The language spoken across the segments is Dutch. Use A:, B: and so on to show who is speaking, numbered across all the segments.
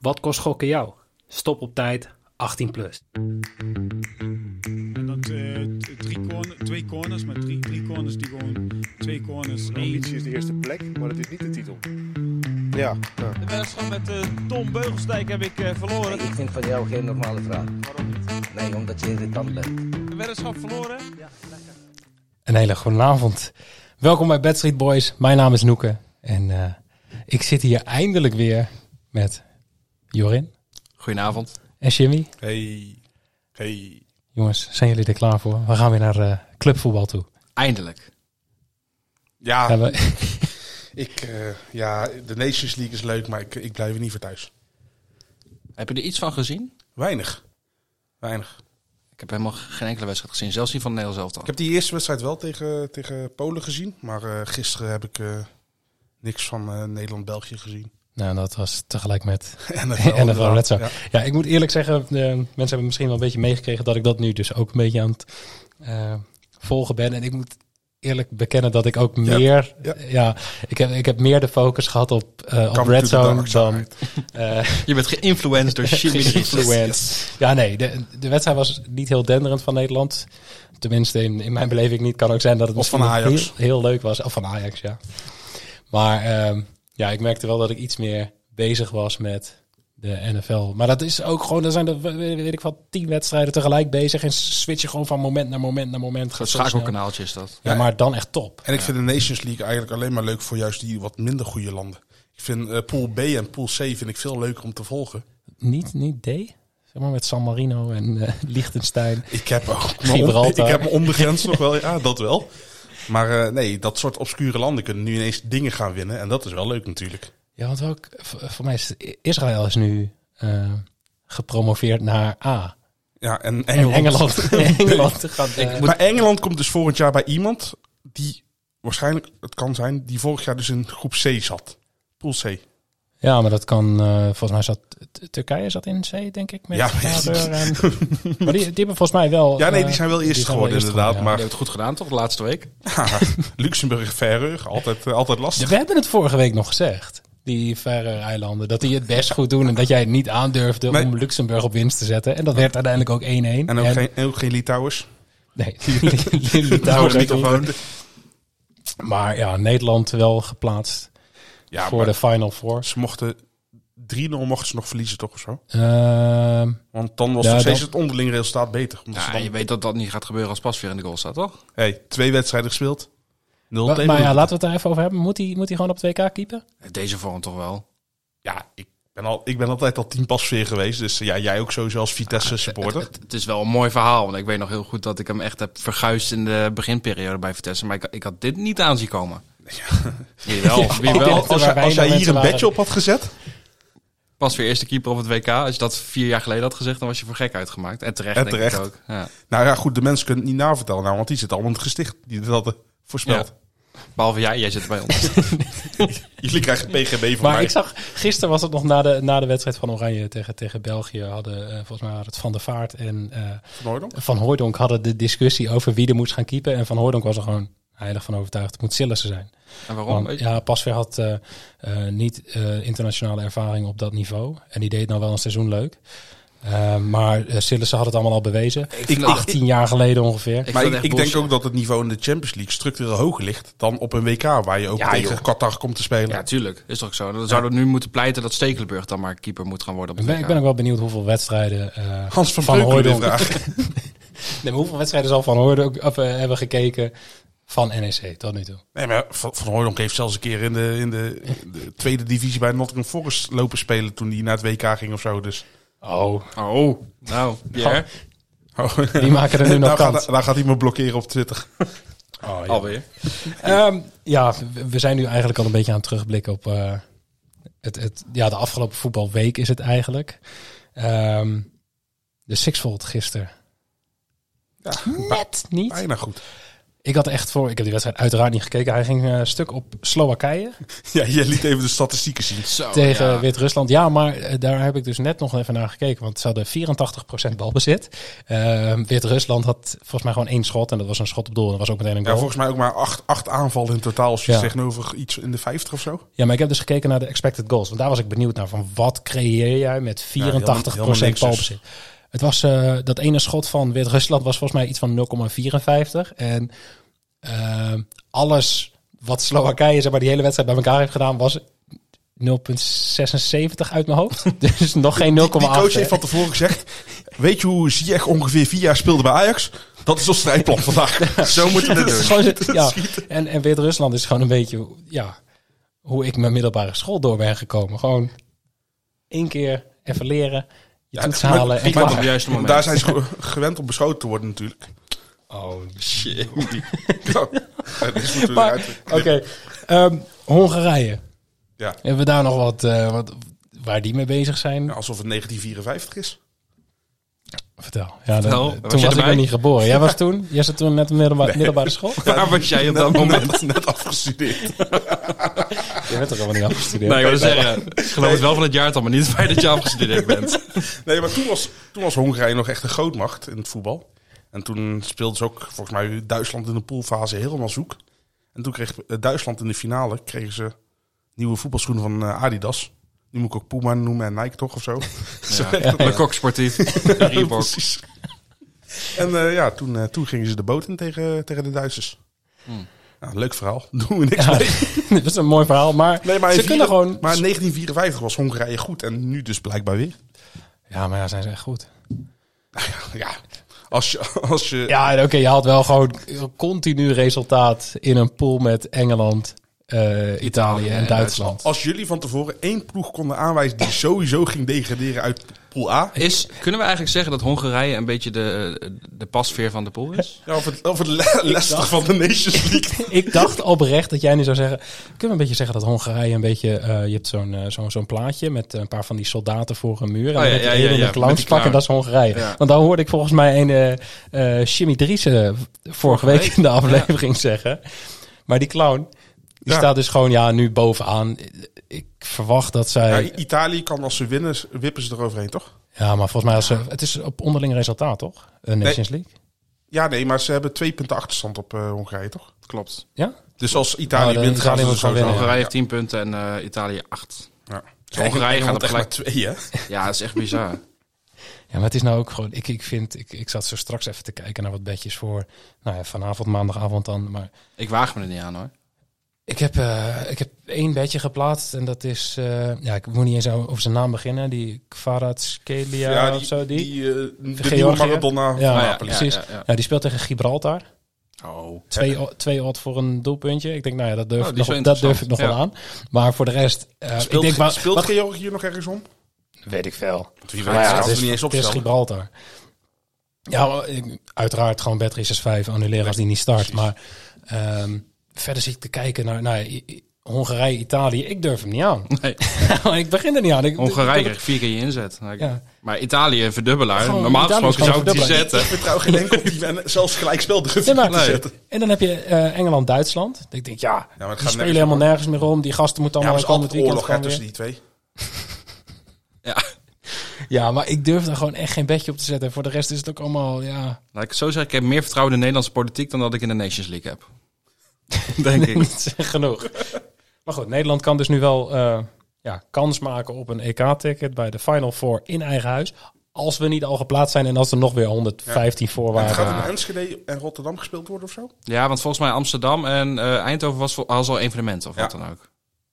A: Wat kost gokken jou? Stop op tijd, 18 plus.
B: En dat eh, t- drie corner, twee corners, maar drie, drie corners die gewoon twee corners. eh,
C: De
B: één.
C: ambitie is de eerste plek, maar het is niet de titel. Ja, ja.
D: De wedstrijd met eh, Tom Beugelsdijk heb ik eh, verloren.
E: Nee, ik vind van jou geen normale vraag. Nee, omdat je irritant bent.
D: De weddenschap verloren.
F: Een hele goede avond. Welkom bij Bad Street Boys. Mijn naam is Noeke. En eh, ik zit hier eindelijk weer met Jorin
G: Goedenavond.
F: en Jimmy.
C: Hey. Hey.
F: Jongens, zijn jullie er klaar voor? We gaan weer naar eh, clubvoetbal toe.
G: Eindelijk.
F: Ja,
H: Ja,
F: we-
H: ik, eh, ja, de Nations League is leuk, maar ik, ik blijf er niet voor thuis.
G: Heb je er iets van gezien?
H: Weinig. Weinig.
G: Ik heb helemaal geen enkele wedstrijd gezien. Zelfs niet van het Nederlands
H: Ik
G: elftal.
H: heb die eerste wedstrijd wel tegen, tegen Polen gezien, maar eh, gisteren heb ik eh, niks van eh, Nederland-België gezien.
F: nou, dat was tegelijk met
H: en
F: En dat wel net zo.
H: Ja.
F: Ja, ik moet eerlijk zeggen, eh, mensen hebben misschien wel een beetje meegekregen dat ik dat nu dus ook een beetje aan het eh, volgen ben. En ik moet eerlijk bekennen dat ik ook meer,
H: ja.
F: ja, ik, heb, ik heb meer de focus gehad op, eh op
H: Come
F: Red
H: to the
F: Zone
H: dark side.
F: dan eh
G: Je bent geïnfluenced door Jimmy.
F: influence. Ja, nee, de, de wedstrijd was niet heel denderend van Nederland. Tenminste, in, in mijn beleving niet. Kan ook zijn dat het
H: Of van
F: misschien
H: Ajax.
F: Heel, heel leuk was. Of van Ajax, ja. Maar ehm, ja, ik merkte wel dat ik iets meer bezig was met de NFL. Maar dat is ook gewoon, er zijn er, weet weet ik wat, tien wedstrijden tegelijk bezig. En switchen gewoon van moment naar moment naar moment. Gaat
G: Het
F: zo snel.
G: schakelkanaaltje is dat.
F: Ja, maar dan echt top.
H: En ik vind de Nations League eigenlijk alleen maar leuk voor juist die wat minder goede landen. Ik vind eh, Pool B en Pool C vind ik veel leuker om te volgen.
F: Niet, niet D? Zeg maar met San Marino en eh, Liechtenstein.
H: Ik heb ook
F: Gibraltar.
H: Ik heb me onbegrensd nog wel, ja, dat wel. Maar eh, nee, dat soort obscure landen kunnen nu ineens dingen gaan winnen. En dat is wel leuk natuurlijk.
F: Ja, want ook, v- voor mij is Israël is nu eh, gepromoveerd naar A.
H: Ja, en
F: En
H: Engeland.
F: Engeland. Engeland gaat, eh,
H: Maar Engeland komt dus volgend jaar bij iemand die waarschijnlijk, het kan zijn, die vorig jaar dus in groep C zat. Pool C.
F: ja, maar dat kan, eh, volgens mij zat T- Turkije zat in C, denk ik. Met
H: Ja,
F: Vader en- maar die, die hebben volgens mij wel...
H: Ja, nee,
F: eh,
H: die zijn wel eerst
F: zijn
H: geworden
F: wel eerst geworden,
H: inderdaad.
G: Je
H: maar
G: hebt het goed gedaan toch, de laatste week?
H: Luxemburg, Verreur, altijd, eh, altijd
F: ja.
H: lastig.
F: We hebben het vorige week nog gezegd. Die verre eilanden, dat die het best goed doen en dat jij het niet aandurfde
H: Nee.
F: om Luxemburg op winst te zetten. En dat werd uiteindelijk ook 1-1.
H: En ook, geen, en ook geen Litouwers.
F: Nee, Litouwen ook
H: Zouden
F: niet.
H: gewoon-
F: Maar ja, Nederland wel geplaatst
H: Ja,
F: voor
H: maar
F: de Final Four.
H: ze mochten 3-0 mochten ze nog verliezen toch of zo?
F: Ehm,
H: Want dan was
F: Ja,
H: nog steeds
F: dan-
H: het onderling resultaat beter. Omdat ze
G: Ja,
H: dan-
G: je weet dat dat niet gaat gebeuren als Pasveer in de goal staat, toch?
H: Hey, twee wedstrijden gespeeld. 0
F: maar,
H: tegen
F: maar ja,
H: nul.
F: laten we het er even over hebben. Moet hij moet hij gewoon op 2K keeper?
G: Deze vorm toch wel.
H: Ja, ik ben, al, ik ben altijd al tien pasveer geweest. Dus eh, ja, jij ook sowieso als
F: Ah,
H: Vitesse supporter.
G: Het, het is wel een mooi verhaal. Want ik weet nog heel goed dat ik hem echt heb verguisd in de beginperiode bij Vitesse. Maar ik, ik had dit niet aan zien komen. Wie wel, wie
F: Ik
G: wel.
F: denk-
H: als, als,
F: waar wij
H: als jij
F: nou
H: hier een
F: mensen
H: bedje op had gezet.
G: Pas weer eerste keeper op het WK. Als je dat vier jaar geleden had gezegd, dan was je voor gek uitgemaakt. En terecht,
H: En
G: denk ik
H: terecht.
G: ook. Ja.
H: Nou ja, goed, de mensen kunnen het niet navertellen. Nou, want die zitten allemaal in het gesticht. Die dat hadden voorspeld.
G: Behalve jij, jij zit bij ons.
H: Jullie krijgen PGB van
F: Maar
H: mij.
F: ik zag, gisteren was het nog na de, na de wedstrijd van Oranje tegen, tegen België. Hadden eh, volgens mij hadden het Van der Vaart en eh,
H: Van Hooydonk.
F: Van Hooydonk hadden de discussie over wie er moest gaan keepen. En Van Hooydonk was er gewoon heilig van overtuigd. Het moet Sillissen zijn.
G: En waarom?
F: Want,
G: Weet je?
F: ja, Pasveer had eh, eh, niet eh, internationale ervaring op dat niveau. En die deed nou wel een seizoen leuk. Eh, maar eh, Sillissen had het allemaal al bewezen.
G: Ik, vind
H: Ik-
G: het echt-
F: 18 jaar geleden ongeveer.
G: ik
H: maar
G: vind
H: ik,
G: het echt
H: ik denk
G: bullshit.
H: ook dat het niveau in de Champions League structureel hoger ligt dan op een WK waar je ook
G: Ja,
H: tegen
G: joh.
H: Qatar komt te spelen.
G: Ja, tuurlijk. Is toch zo. Dan zouden we nu moeten pleiten dat Stekelenburg dan maar keeper moet gaan worden. Op
F: Ik
G: het
F: ben,
G: WK.
F: ik ben ook wel benieuwd hoeveel wedstrijden eh,
H: Hans van, van
F: Hooijdonk-
H: vraag.
F: Nee, maar hoeveel wedstrijden zal Van Hooydonk of, eh, hebben gekeken van NEC tot nu toe?
H: Nee, maar Van, van Hooijdonk heeft zelfs een keer in de, in de, in de tweede divisie bij Nottingham Forest lopen spelen toen hij naar het WK ging of zo. Dus.
F: Oh,
G: Oh, nou, Pierre.
H: Oh,
F: die maken er nu nog
H: nou
F: kans.
H: gaat, nou gaat hij me blokkeren op Twitter.
F: Oh, ja.
G: Alweer.
F: Ehm, ja, we- we zijn nu eigenlijk al een beetje aan het terugblikken op eh, het, het, ja, de afgelopen voetbalweek is het eigenlijk. Ehm, de Sixfold gisteren.
H: Ja,
F: Net niet.
H: bijna goed.
F: Ik had echt voor... Ik heb die wedstrijd uiteraard niet gekeken. Hij ging eh, stuk op Slowakije
H: Ja, jij liet even de statistieken zien.
G: Zo,
F: tegen
G: ja.
F: Wit-Rusland. Ja, maar eh, daar heb ik dus net nog even naar gekeken. Want ze hadden 84% balbezit. Eh, Wit-Rusland had volgens mij gewoon één schot. En dat was een schot op doel. En dat was ook meteen een
H: Ja,
F: goal.
H: volgens mij ook maar acht, acht aanvallen in totaal. Als je
F: Ja.
H: zegt nou, over iets in de 50 of zo.
F: Ja, maar ik heb dus gekeken naar de expected goals. Want daar was ik benieuwd naar. Van wat creëer jij met 84%
H: helemaal niks dus.
F: balbezit? Het was eh, dat ene schot van Wit-Rusland was volgens mij iets van 0,54. En eh, alles wat Slowakije zeg maar, die hele wedstrijd bij elkaar heeft gedaan was 0,76 uit mijn hoofd. dus nog geen 0,8.
H: Die coach
F: hè.
H: heeft van tevoren gezegd... Weet je hoe Ziyech ongeveer vier jaar speelde bij Ajax? Dat is ons strijdplan vandaag.
G: Zo moeten we het doen.
F: Gewoon zitten, ja. En, en Wit-Rusland is gewoon een beetje ja, hoe ik mijn middelbare school door ben gekomen. Gewoon één keer even leren, je
H: Ja,
F: toets
H: maar-
F: halen en
G: Ik kwam op
F: klaar.
G: het juiste moment.
H: Daar zijn ze ge- gewend om beschoten te worden natuurlijk.
F: Oh,
G: Shit.
H: Ja, dat is natuurlijk
F: Maar-
H: uit-
F: Oké, ehm, Hongarije.
H: Ja.
F: Hebben we daar nog wat, eh, wat waar die mee bezig zijn?
H: Ja, Alsof het 1954 is.
F: Vertel. Ja,
G: Vertel,
F: dan-
G: was
F: toen
G: je
F: was ik
G: erbij?
F: nog niet geboren. Jij was toen? Jij zat toen net op middelba- middelbare school?
G: Waar was jij op dat moment?
H: Net, net afgestudeerd.
F: Je bent toch helemaal niet afgestudeerd?
G: Nee, ik wil zeggen, ik geloof het wel van het jaartal, maar niet bij dat je afgestudeerd bent.
H: Nee, maar toen was, toen was Hongarije nog echt een grootmacht in het voetbal. En toen speelden ze ook, volgens mij, Duitsland in de poolfase helemaal zoek. En toen kreeg eh, Duitsland in de finale kregen ze nieuwe voetbalschoenen van eh, Adidas. Nu moet ik ook Puma noemen en Nike toch of zo.
G: Ja. De koksportief, de Reebok.
H: En eh, ja, toen, eh, toen gingen ze de boot in tegen, tegen de Duitsers. Nou, leuk verhaal. Doen we niks
F: Ja.
H: mee.
F: dat is een mooi verhaal, maar
H: Nee, maar in
F: ze
H: vier-
F: kunnen gewoon...
H: Maar in 1954 was Hongarije goed en nu dus blijkbaar weer.
F: Ja, maar ja, zijn ze echt goed.
H: Ja, als je... Als je
F: Ja, en oké, je had wel gewoon continu resultaat in een pool met Engeland, eh, Italië en Duitsland.
H: Als jullie van tevoren één ploeg konden aanwijzen die sowieso ging degraderen uit pool A.
G: Is, kunnen we eigenlijk zeggen dat Hongarije een beetje de, eh, de pasveer van de pool is?
H: Ja, of het, of het le- Leicester van de Nations League.
F: Ik dacht oprecht dat jij nu zou zeggen, kunnen we een beetje zeggen dat Hongarije een beetje, eh, je hebt zo'n eh, zo'n zo'n plaatje met een paar van die soldaten voor een muur en
G: Oh, ja,
F: dan heb je
G: ja,
F: een
G: ja,
F: hele
G: ja,
F: een
G: met die
F: clownspak en
G: clown.
F: dat is Hongarije.
G: Ja.
F: Want daar hoorde ik volgens mij een eh eh Jimmy Driessen vorige week in de aflevering zeggen. Maar die clown, die
H: Ja.
F: staat dus gewoon ja, nu bovenaan. Ik verwacht dat zij...
H: Ja, Italië kan als ze winnen, wippen ze eroverheen, toch?
F: Ja, maar volgens mij als ze, het is op onderling resultaat, toch? Een Nations League.
H: Ja, nee, maar ze hebben twee punten achterstand op eh, Hongarije, toch?
G: Klopt.
F: Ja?
H: Dus als
F: Oh,
H: Italië
F: dan
H: wint,
F: Italië
H: gaan ze er
F: moet gewoon
H: sowieso
F: winnen,
G: Hongarije heeft 10 punten en eh, Italië 8.
H: Ja.
G: Hongarije gaat op
H: Engeland echt maar
G: gelijk.
H: twee, hè?
G: Ja, dat is echt bizar.
F: Ja, maar het is nou ook gewoon... Ik, ik vind... Ik, ik zat zo straks even te kijken naar wat bedjes voor... Nou ja, vanavond, maandagavond dan. Maar
G: Ik waag me er niet aan hoor.
F: ik heb, eh, ik heb één bedje geplaatst. En dat is... eh, ja, ik moet niet eens over zijn naam beginnen. Die Kvaratskhelia
H: Ja, die,
F: of zo. Die,
H: die, eh, de
F: Georgië.
H: nieuwe Maradona
F: Ja,
H: van
F: maar
G: Ah, ja,
H: Napoli.
F: precies.
G: ja, ja.
F: Ja, die speelt tegen Gibraltar.
G: Oh.
F: Twee, o- twee odd voor een doelpuntje. Ik denk, nou ja, dat durf,
G: Oh,
F: ik,
G: die
F: nog,
G: is wel
F: dat durf ik nog wel
G: interessant.
F: aan. Maar voor de rest... eh,
H: Speelt,
F: ik denk, wa-
H: speelt
F: wat-
H: Georgië hier nog ergens om?
F: Weet ik veel.
H: Wie
F: Maar
H: weet,
F: ja,
H: ze
F: het
H: gaan
F: is,
H: ze niet eens
F: het is
H: opstellen.
F: Gibraltar. Ja, maar ik- uiteraard gewoon Beatrice 5 annuleren als die niet start. Maar ehm, verder zit ik te kijken naar, naar I- I- Hongarije, Italië. Ik durf hem niet aan.
G: Nee.
F: ik begin er niet aan. Ik,
G: Hongarije
F: ik-
G: kreeg vier keer je inzet. Nou, ik-
F: Ja.
G: Maar Italië een verdubbelaar.
F: Gewoon,
G: Normaal
F: Italië is
G: gesproken
F: gewoon
G: zou ik die zetten.
H: Ik vertrouw geen enkel team en zelfs gelijkspel durft
F: Nee, maar-
H: te zetten.
F: En dan heb je eh, Engeland, Duitsland. Ik denk, ja,
H: maar het
F: die
H: gaat
F: spelen
H: nergens
F: helemaal nergens meer om. Die gasten moeten
H: Ja, maar
F: allemaal
H: het is
F: komen het
H: altijd
F: weekend gewoon
H: oorlog hè,
F: weer.
H: tussen die twee.
G: Ja.
F: Ja, maar ik durf daar gewoon echt geen bedje op te zetten. En voor de rest is het ook allemaal, ja...
G: Laat ik het zo zeggen, ik heb meer vertrouwen in de Nederlandse politiek dan dat ik in de Nations League heb. Denk ik.
F: niet genoeg. Maar goed, Nederland kan dus nu wel eh, ja, kans maken op een EK-ticket bij de Final Four in eigen huis. Als we niet al geplaatst zijn en als er nog weer 115 voor
H: Het
F: waren.
H: gaat in Enschede en Rotterdam gespeeld worden of zo?
G: Ja, want volgens mij Amsterdam en eh, Eindhoven was, vol- was al evenementen of
H: Ja.
G: wat dan ook.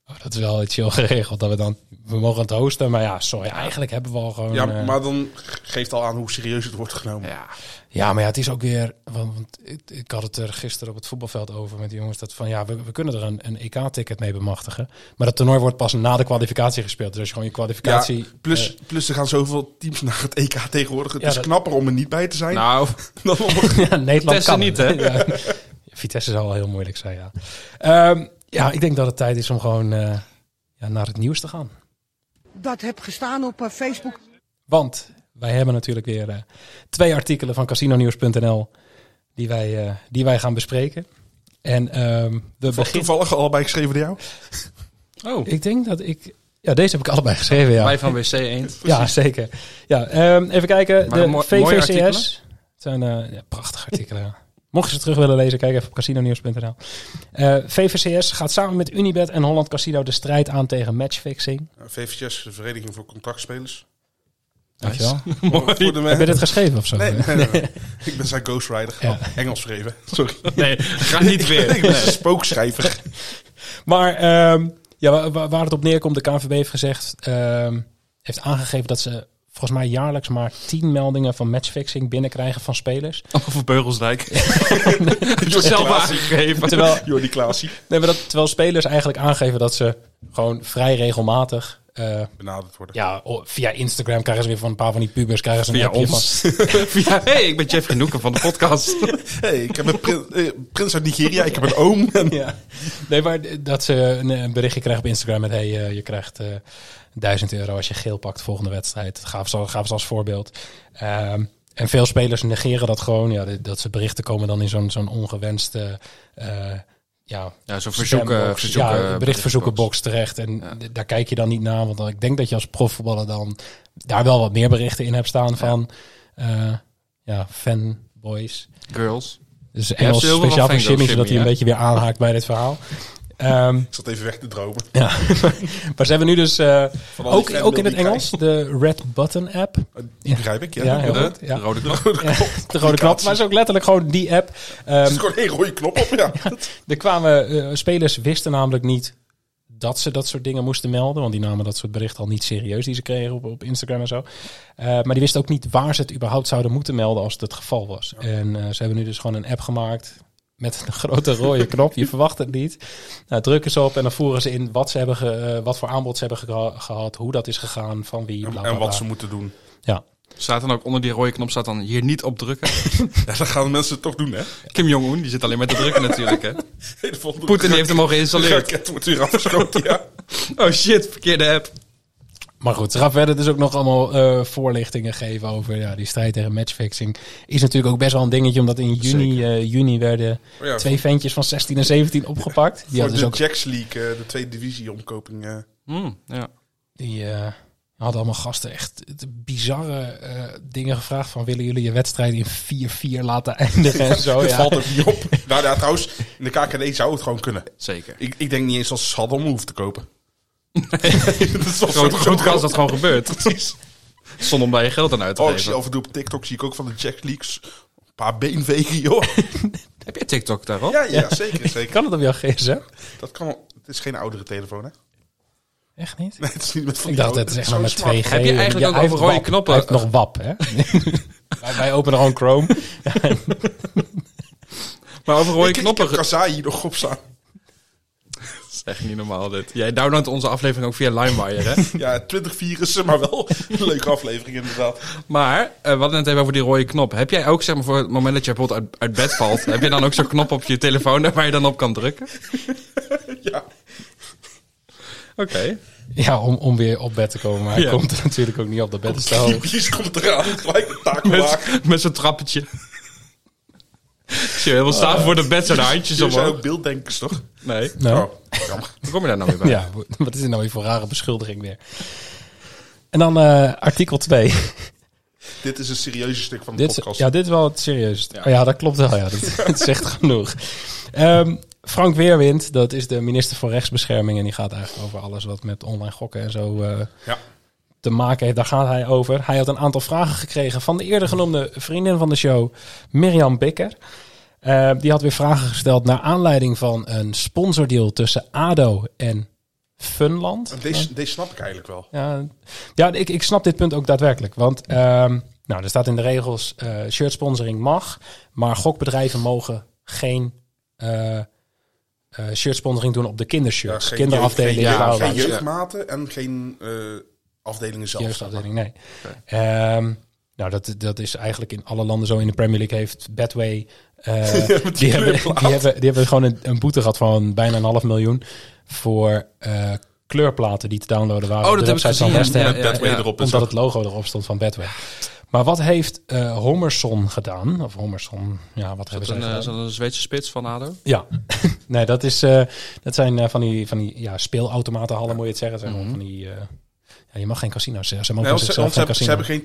F: Oh, dat is wel iets heel geregeld dat we dan... We mogen het hosten, maar ja, sorry. Eigenlijk hebben we al gewoon...
H: Ja,
F: eh,
H: maar dan geeft al aan hoe serieus het wordt genomen.
G: Ja.
F: Ja, maar ja, het is ook weer. Want, want ik, ik had het er gisteren op het voetbalveld over met die jongens. Dat van ja, we, we kunnen er een, een EK-ticket mee bemachtigen. Maar dat toernooi wordt pas na de kwalificatie gespeeld. Dus als je gewoon je
H: Ja,
F: kwalificatie.
H: plus,
F: eh,
H: plus er gaan zoveel teams naar het EK tegenwoordig. Het
F: Ja,
H: is
F: dat-
H: knapper om er niet bij te zijn
G: Nou,
H: dan om er-
F: ja, Nou, Nederland
G: Vitesse
F: kan
G: niet,
F: het.
G: hè?
F: Ja. Vitesse zal wel heel moeilijk zijn, ja. Ehm, ja, ik denk dat het tijd is om gewoon eh, ja, naar het nieuws te gaan.
I: Dat heb gestaan op eh, Facebook.
F: Want wij hebben natuurlijk weer eh, twee artikelen van casinonieuws.nl. die wij, eh, die wij gaan bespreken. En ehm we beginnen.
H: Toevallig allebei geschreven door jou.
G: Oh,
F: Ik denk dat ik. Ja, deze heb ik allebei geschreven. Ja,
G: wij van WC Eend.
F: ja zeker. Ja, ehm, even kijken.
G: Maar
F: De
G: mo- mooie artikelen?
F: VVCS. Het zijn eh, ja, prachtige artikelen. ja. Mocht je ze terug willen lezen, kijk even op casinonews.nl. Eh, VVCS gaat samen met Unibet en Holland Casino de strijd aan tegen matchfixing.
H: VVS, de Vereniging voor Contractspelers.
F: Dankjewel.
H: Mooi. Voor de
F: Heb je
H: men-
F: dit geschreven of zo?
H: Nee, nee, nee, nee. ik ben zijn ghostwriter.
F: Ja.
H: Oh, Engels geschreven. Sorry.
G: Nee, ga niet weer.
H: ik ben zijn spookschrijver.
F: Maar ehm, ja, wa- wa- waar, het op neerkomt, de KNVB heeft gezegd, ehm, heeft aangegeven dat ze volgens mij jaarlijks maar 10 meldingen van matchfixing binnenkrijgen van spelers.
G: Allemaal voor Beugelsdijk. Heb je zelf aangegeven.
F: Terwijl,
H: Jordi Klaasie.
F: nee, maar dat, terwijl spelers eigenlijk aangeven dat ze gewoon vrij regelmatig. eh,
H: Benaderd worden.
F: ja, o- via Instagram krijgen ze weer van een paar van die pubers krijgen ze een
G: Via
F: appje
G: ons. Via, hey, ik ben Jeff Genoeken van de podcast.
H: Hey, ik heb een prin- eh, prins uit Nigeria, ik heb een oom. En
F: van. Ja. Nee, maar d- dat ze een, een berichtje krijgen op Instagram met hey, eh, je krijgt eh 1000 euro als je geel pakt volgende wedstrijd. Dat gaven ze, al- gaven ze als voorbeeld. Ehm, en veel spelers negeren dat gewoon. Ja, dit- dat ze berichten komen dan in zo'n zo'n ongewenste eh, ja,
G: Ja, zo'n verzoeken,
F: Spambox.
G: verzoeken...
F: ja, berichtverzoekenbox
G: berichtbox.
F: terecht. En
G: Ja.
F: d- daar kijk je dan niet naar. Want dan- ik denk dat je als profvoetballer dan daar wel wat meer berichten in hebt staan van eh ja, fanboys.
G: Girls.
F: Dus
G: hebt
F: Engels
G: ze heel veel
F: speciaal
G: van
F: voor Jimmy,
G: fangirl,
F: zodat hij een
G: Jimmy,
F: beetje weer aanhaakt bij dit verhaal. Ehm,
H: ik zat even weg te dromen.
F: ja. maar ze hebben nu dus eh,
H: Van al die
F: ook,
H: fan
F: ook in
H: wil
F: het
H: die
F: Engels de Red Button app.
H: krijgen. Die begrijp ik, ja.
F: Ja, heel
H: Het
F: goed.
G: De
F: Ja.
G: rode knop.
F: De rode knop, maar het is ook letterlijk gewoon die app. Ehm,
H: is gewoon één rode knop op, ja.
F: Er kwamen eh, spelers wisten namelijk niet dat ze dat soort dingen moesten melden. Want die namen dat soort berichten al niet serieus die ze kregen op, op Instagram en zo. Eh, maar die wisten ook niet waar ze het überhaupt zouden moeten melden als het het geval was. En eh, ze hebben nu dus gewoon een app gemaakt met een grote rode knop. Je verwacht het niet. Nou, drukken ze op en dan voeren ze in wat, ze hebben ge- eh, wat voor aanbod ze hebben geha- gehad. Hoe dat is gegaan, van wie, bla, bla,
H: En
F: bla.
H: wat ze moeten doen.
F: Ja.
G: Staat dan ook onder die rode knop, staat dan hier niet op drukken.
H: Ja, dat gaan de mensen het toch doen, hè?
G: Kim Jong-un, die zit alleen maar te drukken natuurlijk, hè.
H: De volgende
G: Poetin die heeft hem al geïnstalleerd.
H: raket wordt weer afgeschoten, ja.
G: Oh shit, verkeerde app.
F: Maar goed, ze gaan verder dus ook nog allemaal eh, voorlichtingen geven over ja, die strijd tegen matchfixing. Is natuurlijk ook best wel een dingetje, omdat in juni, eh, juni werden
H: Oh ja,
F: twee ventjes van 16 en 17 opgepakt. Die
H: voor
F: hadden
H: de
F: dus ook
H: Jacks League, eh, de tweede divisie omkoping. eh,
G: Hmm, ja.
F: die, eh, hadden allemaal gasten echt bizarre eh, dingen gevraagd van willen jullie je wedstrijd in 4-4 laten eindigen en zo.
H: het
F: ja.
H: valt er niet op. nou ja, trouwens, in de KKD zou het gewoon kunnen.
G: Zeker.
H: Ik, ik denk niet eens dat ze Saddam hoeven te kopen. dat is toch
G: Groot,
H: zo-
G: groot kans dat het gewoon gebeurt.
H: Precies.
G: Zonder om daar je geld aan uit te
H: Oh, ik zie
G: geven.
H: af en toe op TikTok zie ik ook van de Jacks Leaks. Een paar beenvegen, joh.
G: Heb je TikTok daarop?
H: Ja, ja, zeker, zeker.
F: Kan het op jouw gsm?
H: Dat kan wel- Het is geen oudere telefoon, hè?
F: Echt niet?
H: Nee, het is niet met van
F: Ik
H: die
F: dacht, dat
H: oude-
F: is echt
H: zo'n
F: maar met 2G.
H: smart-
G: Heb je eigenlijk ook
F: hij heeft
G: over rode
F: WAP.
G: knoppen?
F: Hij heeft nog WAP, hè? Wij- Wij openen gewoon Chrome.
G: Maar over rode
H: Ik-
G: knoppen...
H: Ik heb Kazaa hier nog op staan.
G: Dat is echt niet normaal dit. Jij downloadt onze aflevering ook via LimeWire, hè?
H: Ja, 20 virussen, maar wel een leuke aflevering inderdaad.
G: Maar, eh, we hadden het even over die rode knop. Heb jij ook, zeg maar, voor het moment dat je bijvoorbeeld uit, uit bed valt... heb je dan ook zo'n knop op je telefoon waar je dan op kan drukken?
H: Ja.
G: Oké.
F: Ja, om, om weer op bed te komen. Maar hij
G: Ja.
F: komt er natuurlijk ook niet op. De bed is te hoog.
H: Typisch komt eraan, gelijk een taak maken.
G: Met, met zo'n trappetje. Zie je, helemaal
F: Oh.
G: staan voor de bed zijn handjes
H: Jullie zijn ook
G: omhoog.
H: beelddenkers, toch?
G: Nee,
F: Nou,
H: Oh, jammer.
G: hoe kom je daar nou weer bij?
F: ja, wat is dit nou weer voor rare beschuldiging weer? En dan eh, artikel 2.
H: Dit is een serieuze stuk van de
F: dit,
H: podcast.
F: ja, dit is wel het serieus. Oh Ja. ja, dat klopt wel. Ja, dat, het zegt genoeg. Ehm, Frank Weerwind, dat is de minister voor rechtsbescherming. En die gaat eigenlijk over alles wat met online gokken en zo eh,
H: Ja.
F: te maken heeft. Daar gaat hij over. Hij had een aantal vragen gekregen van de eerder genoemde vriendin van de show, Mirjam Bikker. Eh, die had weer vragen gesteld naar aanleiding van een sponsordeal tussen ADO en Funland.
H: Deze, deze snap ik eigenlijk wel.
F: Ja, ja ik, ik snap dit punt ook daadwerkelijk. Want ehm, nou, er staat in de regels, eh shirt sponsoring mag, maar gokbedrijven mogen geen eh shirt sponsoring doen op de
H: Ja,
F: kindershirts.
H: geen
F: kinderafdeling.
H: jeugd- geen,
F: ja,
H: jeugd- geen jeugdmaten en geen eh, afdelingen zelf.
F: jeugdafdeling, nee. Ehm, nou, dat, dat is eigenlijk in alle landen zo. In de Premier League heeft Betway... eh, die, hebben, die, hebben, die hebben gewoon een, een boete gehad van bijna een half miljoen... voor eh, kleurplaten die te downloaden waren
G: Oh,
F: op
G: dat
F: de
G: heb ik
F: website van
G: gezien,
F: West Ham.
G: ja.
H: Met Bedway erop en
F: Omdat
H: zo.
F: het logo erop stond van Betway. Maar wat heeft eh Hommerson gedaan? Of Hommerson, ja, wat hebben
G: Dat
F: ze
G: een, eh,
F: gedaan?
G: is dat een Zweedse spits van ADO.
F: Ja, nee, dat, is, eh, dat zijn eh, van die, van die ja, speelautomatenhallen, moet je het zeggen. Het Zijn gewoon van die, eh, ja, je mag geen casino's zeggen. Ze mogen
H: Mhm. Nee, want ze,
F: zichzelf
H: want ze
F: geen
H: hebben, ze
F: casino.
H: hebben geen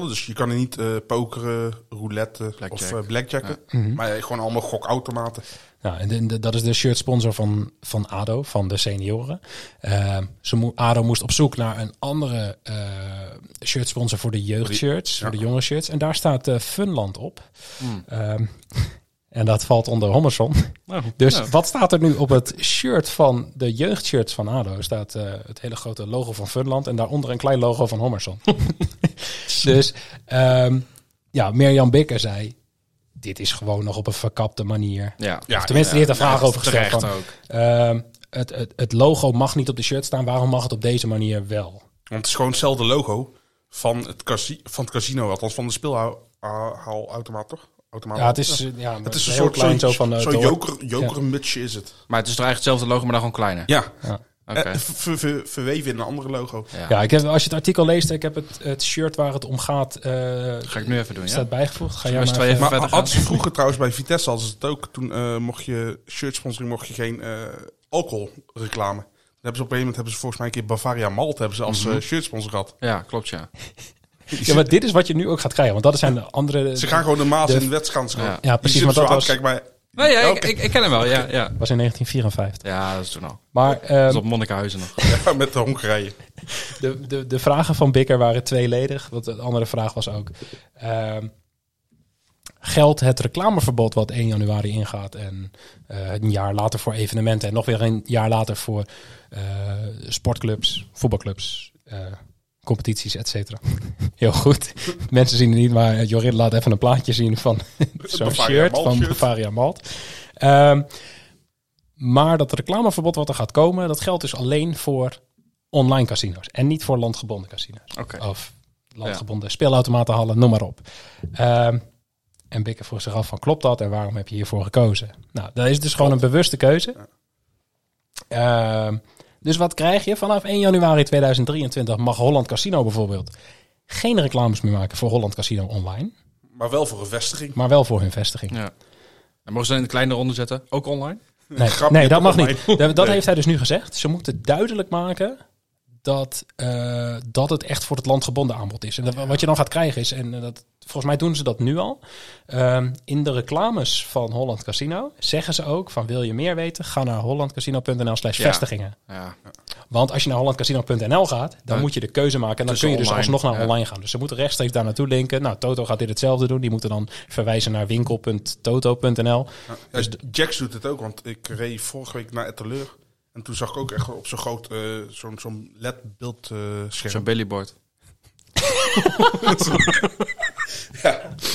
H: tafelspellen, dus je kan er niet eh, pokeren, roulette of
G: Blackjack.
H: eh, blackjacken.
F: Mhm.
H: Maar eh, gewoon allemaal gokautomaten.
F: Ja, en de- de- dat is de shirt sponsor van, van ADO, van de senioren. Eh, ze mo- ADO moest op zoek naar een andere shirtsponsor shirt sponsor voor de jeugdshirts, voor de jonge shirts. En daar staat eh, Funland op.
H: Hmm.
F: Ehm, en dat valt onder Hommerson. Dus wat staat er nu op het shirt van de jeugdshirts van ADO? Staat eh, het hele grote logo van Funland en daaronder een klein logo van Hommerson. dus ehm, ja, Mirjam Bikker zei, dit is gewoon nog op een verkapte manier.
G: Ja.
H: Ja,
F: Of tenminste, die heeft daar vragen over gesteld.
G: terecht
F: Van,
G: ook.
F: ehm, het, het, het logo mag niet op de shirt staan, waarom mag het op deze manier wel?
H: Want het is gewoon hetzelfde logo van het, casi- van het casino, althans van de speelhaalautomaat, toch? Automaat.
F: Ja, het is, eh, ja,
H: Het is een
F: heel
H: soort
F: klein
H: zo'n
F: zo van... eh,
H: zo'n
F: door-
H: joker, jokermutsje is het.
G: Maar het is toch eigenlijk hetzelfde logo, maar dan gewoon kleiner.
H: Ja.
G: Oké.
H: Eh, ver- ver- verweven in een andere logo.
F: Ja, ik heb, als je het artikel leest, ik heb het, het shirt waar het om gaat, eh,
G: Ga ik nu even doen, ja?
F: staat bijgevoegd. Ga
G: Zullen
F: jij
G: we
F: maar
G: eens
F: even-
G: twee
H: Maar
G: verder
H: had
G: gaan.
H: ze vroeger trouwens bij Vitesse als het ook. Toen eh, mocht je shirt sponsoring mocht je geen alcohol alcoholreclame. Dan hebben ze op een gegeven moment hebben ze volgens mij een keer Bavaria Malt hebben ze als
G: Mhm.
H: eh, shirt sponsor gehad.
G: Ja, klopt, ja.
F: Ja, maar dit is wat je nu ook gaat krijgen, want dat zijn de andere...
H: Ze gaan gewoon de Maas
F: De-
H: en de Wetschans gaan.
G: Ja,
H: Die
F: precies,
H: zitten
F: maar
H: zo
F: dat
H: aan
F: was,
H: te kijken, maar
G: Nee, ja, ik,
H: Oké.
G: ik, ik ken hem wel, ja. Ja,
F: was in 1954.
G: ja dat is toen al.
F: Maar
G: Dat
F: ehm,
G: is op Monnikenhuizen nog.
H: ja, met de Hongarije.
F: de, de, de vragen van Bikker waren tweeledig, want de andere vraag was ook... ehm, geldt het reclameverbod wat 1 januari ingaat en eh, een jaar later voor evenementen en nog weer een jaar later voor eh, sportclubs, voetbalclubs, eh, competities, et cetera. Heel goed. Mensen zien het niet, maar Jorin laat even een plaatje zien van zo'n
H: Bavaria
F: shirt
H: Malt
F: van
H: shirt.
F: Bavaria Malt. Ehm, maar dat reclameverbod wat er gaat komen, dat geldt dus alleen voor online casino's en niet voor landgebonden casino's.
G: Oké.
F: Of landgebonden speelautomatenhallen, noem maar op. Ehm, en Bikker vroeg zich af van klopt dat en waarom heb je hiervoor gekozen? Nou, dat is dus gewoon een bewuste keuze. Ehm, dus wat krijg je? Vanaf 1 januari 2023 mag Holland Casino bijvoorbeeld geen reclames meer maken voor Holland Casino online,
H: Maar wel voor een vestiging.
F: maar wel voor hun vestiging.
G: Ja. En mogen ze dan in de kleine ronde zetten? Ook online?
F: Nee,
H: Grapje,
F: nee dat mag
H: online.
F: niet. Dat, dat
H: Nee.
F: heeft hij dus nu gezegd. Ze moeten duidelijk maken dat, eh, dat het echt voor het landgebonden aanbod is. En dat- wat je dan gaat krijgen is, en eh, dat, volgens mij doen ze dat nu al, ehm, in de reclames van Holland Casino zeggen ze ook van wil je meer weten, ga naar hollandcasino.nl slash
G: Ja.
F: vestigingen.
G: Ja.
F: Want als je naar hollandcasino.nl gaat, dan
G: Ja.
F: moet je de keuze maken. En dan
G: Tussen
F: kun je dus
G: online,
F: alsnog naar
G: ja.
F: online gaan. Dus ze moeten rechtstreeks daar naartoe linken. Nou, Toto gaat dit hetzelfde doen. Die moeten dan verwijzen naar winkel.toto.nl.
H: Ja,
F: Dus
H: Jax doet het ook, want ik reed vorige week naar Etteleur. En toen zag ik ook echt op zo'n groot, eh, zo'n zo'n
G: Zo'n
H: LED-beeldscherm.
G: billyboard.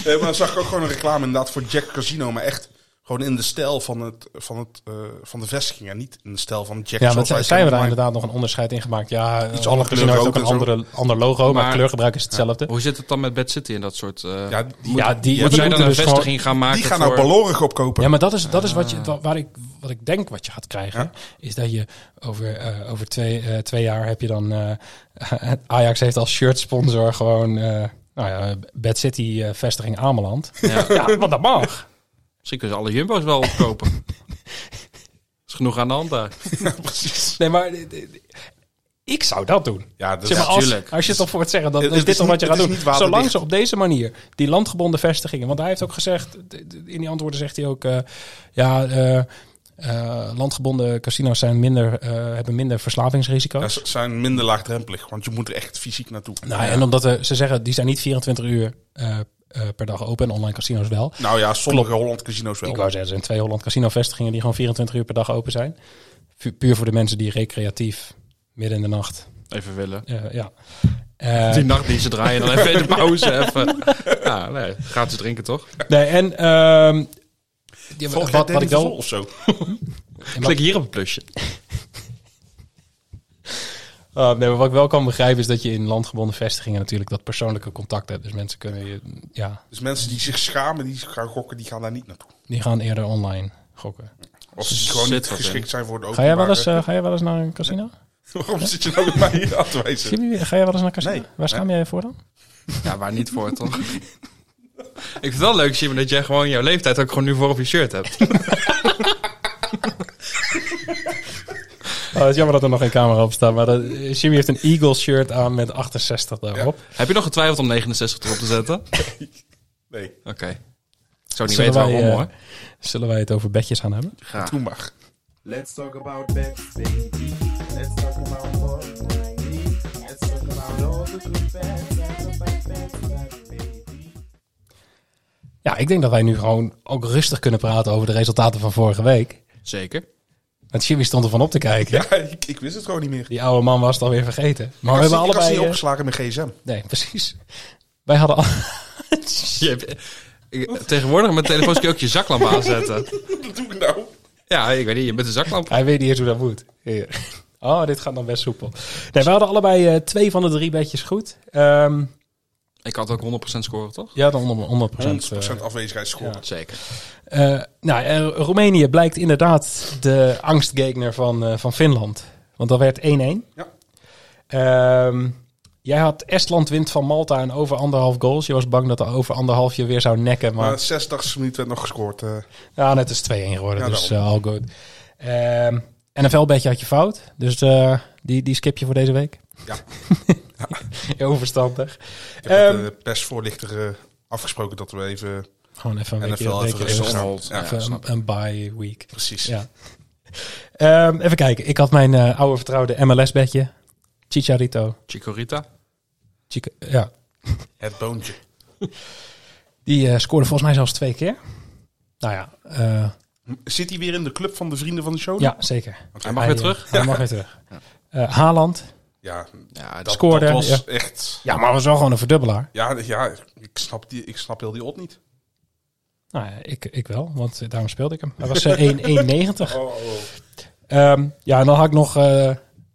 H: nee, maar dan zag ik ook gewoon een reclame inderdaad voor Jack Casino. Maar echt gewoon in de stijl van, het, van, het, eh, van de vestiging. En niet in de stijl van Jack.
F: Ja,
H: zoals
F: want zijn
H: wij
F: we daar
H: kennen, maar-
F: inderdaad nog een onderscheid in gemaakt? Ja,
H: Iets
F: iets
H: andere
F: andere
H: kleur
F: gezien heeft ook een
H: rood en zo.
F: andere, ander logo, maar,
G: Maar-
F: kleurgebruik is hetzelfde.
G: Hoe zit het dan met Bad City en dat soort... eh
H: Ja,
G: ja,
H: die,
F: ja, die,
G: moeten
F: die
G: zij dan
F: moeten
G: een
F: dus gewoon-
G: vestiging gaan maken
H: die gaan
G: voor... Ah.
H: nou balorig opkopen.
F: Ja, maar dat is, dat is wat, je, wa- waar ik, wat ik denk wat je gaat krijgen.
H: Ja.
F: Is dat je over, eh, over twee, eh, twee jaar heb je dan... eh, Ajax heeft als shirt sponsor gewoon... eh, nou ja, Bad City eh, vestiging Ameland.
G: Ja.
F: Ja, want dat mag.
G: Misschien kunnen ze alle Jumbo's wel opkopen. is genoeg aan de hand daar.
F: Nee, maar eh, eh, ik zou dat doen.
H: Ja, dat
F: Zeg maar,
H: is-
F: als,
G: tuurlijk.
F: als je het toch voor het zeggen, dan
H: Het-
F: is
H: het
F: dit
H: is
F: toch wat je
H: niet-
F: gaat
H: het is
F: doen.
H: niet waterdicht.
F: Zolang ze op deze manier die landgebonden vestigingen... Want hij heeft ook gezegd, d- d- in die antwoorden zegt hij ook... eh, ja, eh, eh, landgebonden casino's zijn minder, eh, hebben minder verslavingsrisico's.
H: Ja, ze zijn minder laagdrempelig, want je moet er echt fysiek naartoe.
F: Nou, En omdat we, ze zeggen, die zijn niet 24 uur eh, eh, per dag open. En online casino's wel.
H: Nou ja, sommige Holland casino's wel.
F: Ik wou zeggen, er zijn twee Holland Casino vestigingen die gewoon 24 uur per dag open zijn. Pu- puur voor de mensen die recreatief midden in de nacht...
G: Even willen.
F: eh, ja. Eh,
G: Die nachtdiensten draaien dan even in de pauze. Even. Ja, nee, gratis drinken toch?
F: nee, en... ehm, die-
H: Volg
F: wat, wat ik wel
H: of zo.
G: Klik hier op het plusje.
F: Uh, nee, maar wat ik wel kan begrijpen is dat je in landgebonden vestigingen natuurlijk dat persoonlijke contact hebt. Dus mensen kunnen je, ja,
H: Dus mensen die zich schamen, die gaan gokken, die gaan daar niet naartoe.
F: die gaan eerder online gokken.
H: Of ze gewoon
G: Zit
H: niet
G: wat in.
H: geschikt zijn voor de
F: Ga jij wel eens,
H: openbare-
F: eh, ga jij wel eens naar een casino?
H: Waarom zit je nou met mij hier aan te wijzen?
F: Jimmy, ga jij wel eens naar een casino?
H: Nee.
F: Waar schaam jij je voor dan?
G: Ja, waar niet voor, toch? Ik vind het wel leuk, Simon, dat jij gewoon jouw leeftijd ook gewoon nu voor op je shirt hebt.
F: Oh, het is jammer dat er nog geen camera op staat. Maar dat, Jimmy heeft een Eagles shirt aan met 68 daarop.
G: Heb je nog getwijfeld om 69 erop te zetten? Oké.
H: Nee,
G: Ik zou niet
F: Zullen
G: weten
F: wij,
G: waarom,
F: eh,
G: hoor.
F: Zullen wij het over bedjes aan hebben?
G: Graag.
H: toen mag.
J: Let's talk about bets, baby. Let's talk about money. Let's talk about all the good bets. Let's talk about bets, that, baby.
F: Ja, ik denk dat wij nu gewoon ook rustig kunnen praten over de resultaten van vorige week.
G: Zeker.
F: Want Jimmy stond ervan op te kijken.
H: Ja, ik, ik wist het gewoon niet meer.
F: Die oude man was het alweer vergeten. Maar we hebben
H: ik was- ik was
F: allebei...
H: niet
F: eh,
H: opgeslagen met gsm.
F: nee, precies. Wij hadden al...
G: Je hebt- eh, ik- tegenwoordig met telefoons kun je ook je zaklamp aanzetten.
H: Dat doe ik nou.
G: Ja, ik weet niet, je bent een zaklamp.
F: Hij weet niet eens hoe dat moet. Hier. Oh, dit gaat dan best soepel. Nee, we hadden allebei eh, twee van de drie bedjes goed. Ehm
G: Ik had ook 100% scoren, toch?
F: ja, dan 100 eh,
H: 100% afwezigheidsscore.
G: Zeker.
F: Eh, nou, eh, Roemenië blijkt inderdaad de angstgegner van, eh, van Finland. Want dat werd 1-1.
H: Ja.
F: Ehm, jij had Estland wint van Malta en over anderhalf goals. Je was bang dat er over anderhalf je weer zou nekken. Maar
H: Maar 60 minuut werd nog gescoord. eh.
F: ja, net is 2-1 geworden,
H: Ja,
F: dus eh, all good. Ehm NFL-bedje had je fout, dus eh, die, die skip je voor deze week.
H: Ja.
F: Heel verstandig.
H: ik heb
F: Ehm,
H: met de persvoorlichter eh, afgesproken dat we even
F: Gewoon even een weekje,
H: NFL
F: weekje
H: even
F: rust.
H: rustig
G: rust.
H: Ja,
F: Even een, een bye week.
H: precies.
F: Ja. Ehm, even kijken. Ik had mijn eh, oude vertrouwde MLS-bedje. Chicharito.
G: Chikorita.
F: Chica- ja.
H: Het boontje.
F: Die eh, scoorde volgens mij zelfs twee keer. Nou ja, eh,
H: Zit hij weer in de club van de vrienden van de show?
F: ja zeker.
G: Hij mag weer
F: eh,
G: terug.
F: Hij mag weer terug. Eh, Haaland.
H: Ja,
G: Ja,
H: dat,
G: dat,
F: Scoorde,
H: dat was
F: ja.
H: echt...
F: Ja, maar was wel gewoon een verdubbelaar.
H: Ja, ja ik, snap die, ik snap heel die op niet.
F: Nou ja, ik, ik wel, want daarom speelde ik hem. Hij was eh, 1,91.
H: Oh, oh, oh.
F: Ehm, ja, en dan had ik nog eh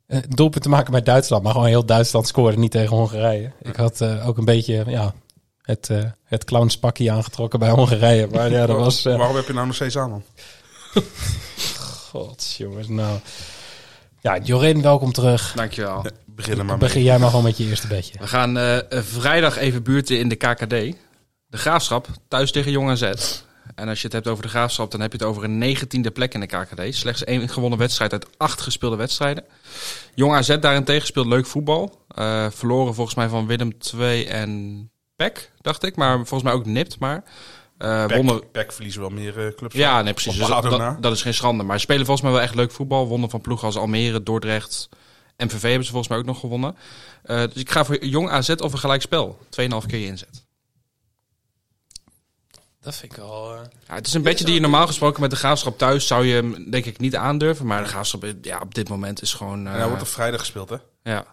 F: een doelpunt te maken met Duitsland. Maar gewoon heel Duitsland scoorde niet tegen Hongarije. Ik had eh, ook een beetje ja, het, eh het clownspakje aangetrokken bij Hongarije. Maar ja, dat was... eh,
H: Waarom heb je nou nog steeds aan, man?
F: God, jongens, nou. Ja, Jorin, welkom terug.
G: dankjewel.
H: Begin er maar mee.
F: Begin jij maar gewoon met je eerste bedje.
G: We gaan eh, vrijdag even buurten in de KKD. De Graafschap, thuis tegen Jong AZ. En als je het hebt over de Graafschap, dan heb je het over een negentiende plek in de KKD. Slechts één gewonnen wedstrijd uit acht gespeelde wedstrijden. Jong AZ daarentegen speelt leuk voetbal. Eh, verloren volgens mij van Willem 2 en PEC, dacht ik. Maar volgens mij ook nipt, maar... eh, wonnen,
H: Pack, Pack verliezen wel meer eh, clubs.
G: ja, nee, precies.
H: Of
G: Dus dat,
H: Adona.
G: dat- dat is geen schande. Maar ze spelen volgens mij wel echt leuk voetbal. Wonnen van ploegen als Almere, Dordrecht. MVV hebben ze volgens mij ook nog gewonnen. Eh, dus ik ga voor jong AZ of een gelijk spel. 2,5 keer je inzet.
F: Dat vind ik eh, al.
G: Ja, het is een beetje die je normaal gesproken met de graafschap thuis zou je hem denk ik niet aandurven. Maar de graafschap eh, ja, op dit moment is gewoon. eh,
H: En hij wordt op vrijdag gespeeld, hè?
G: ja.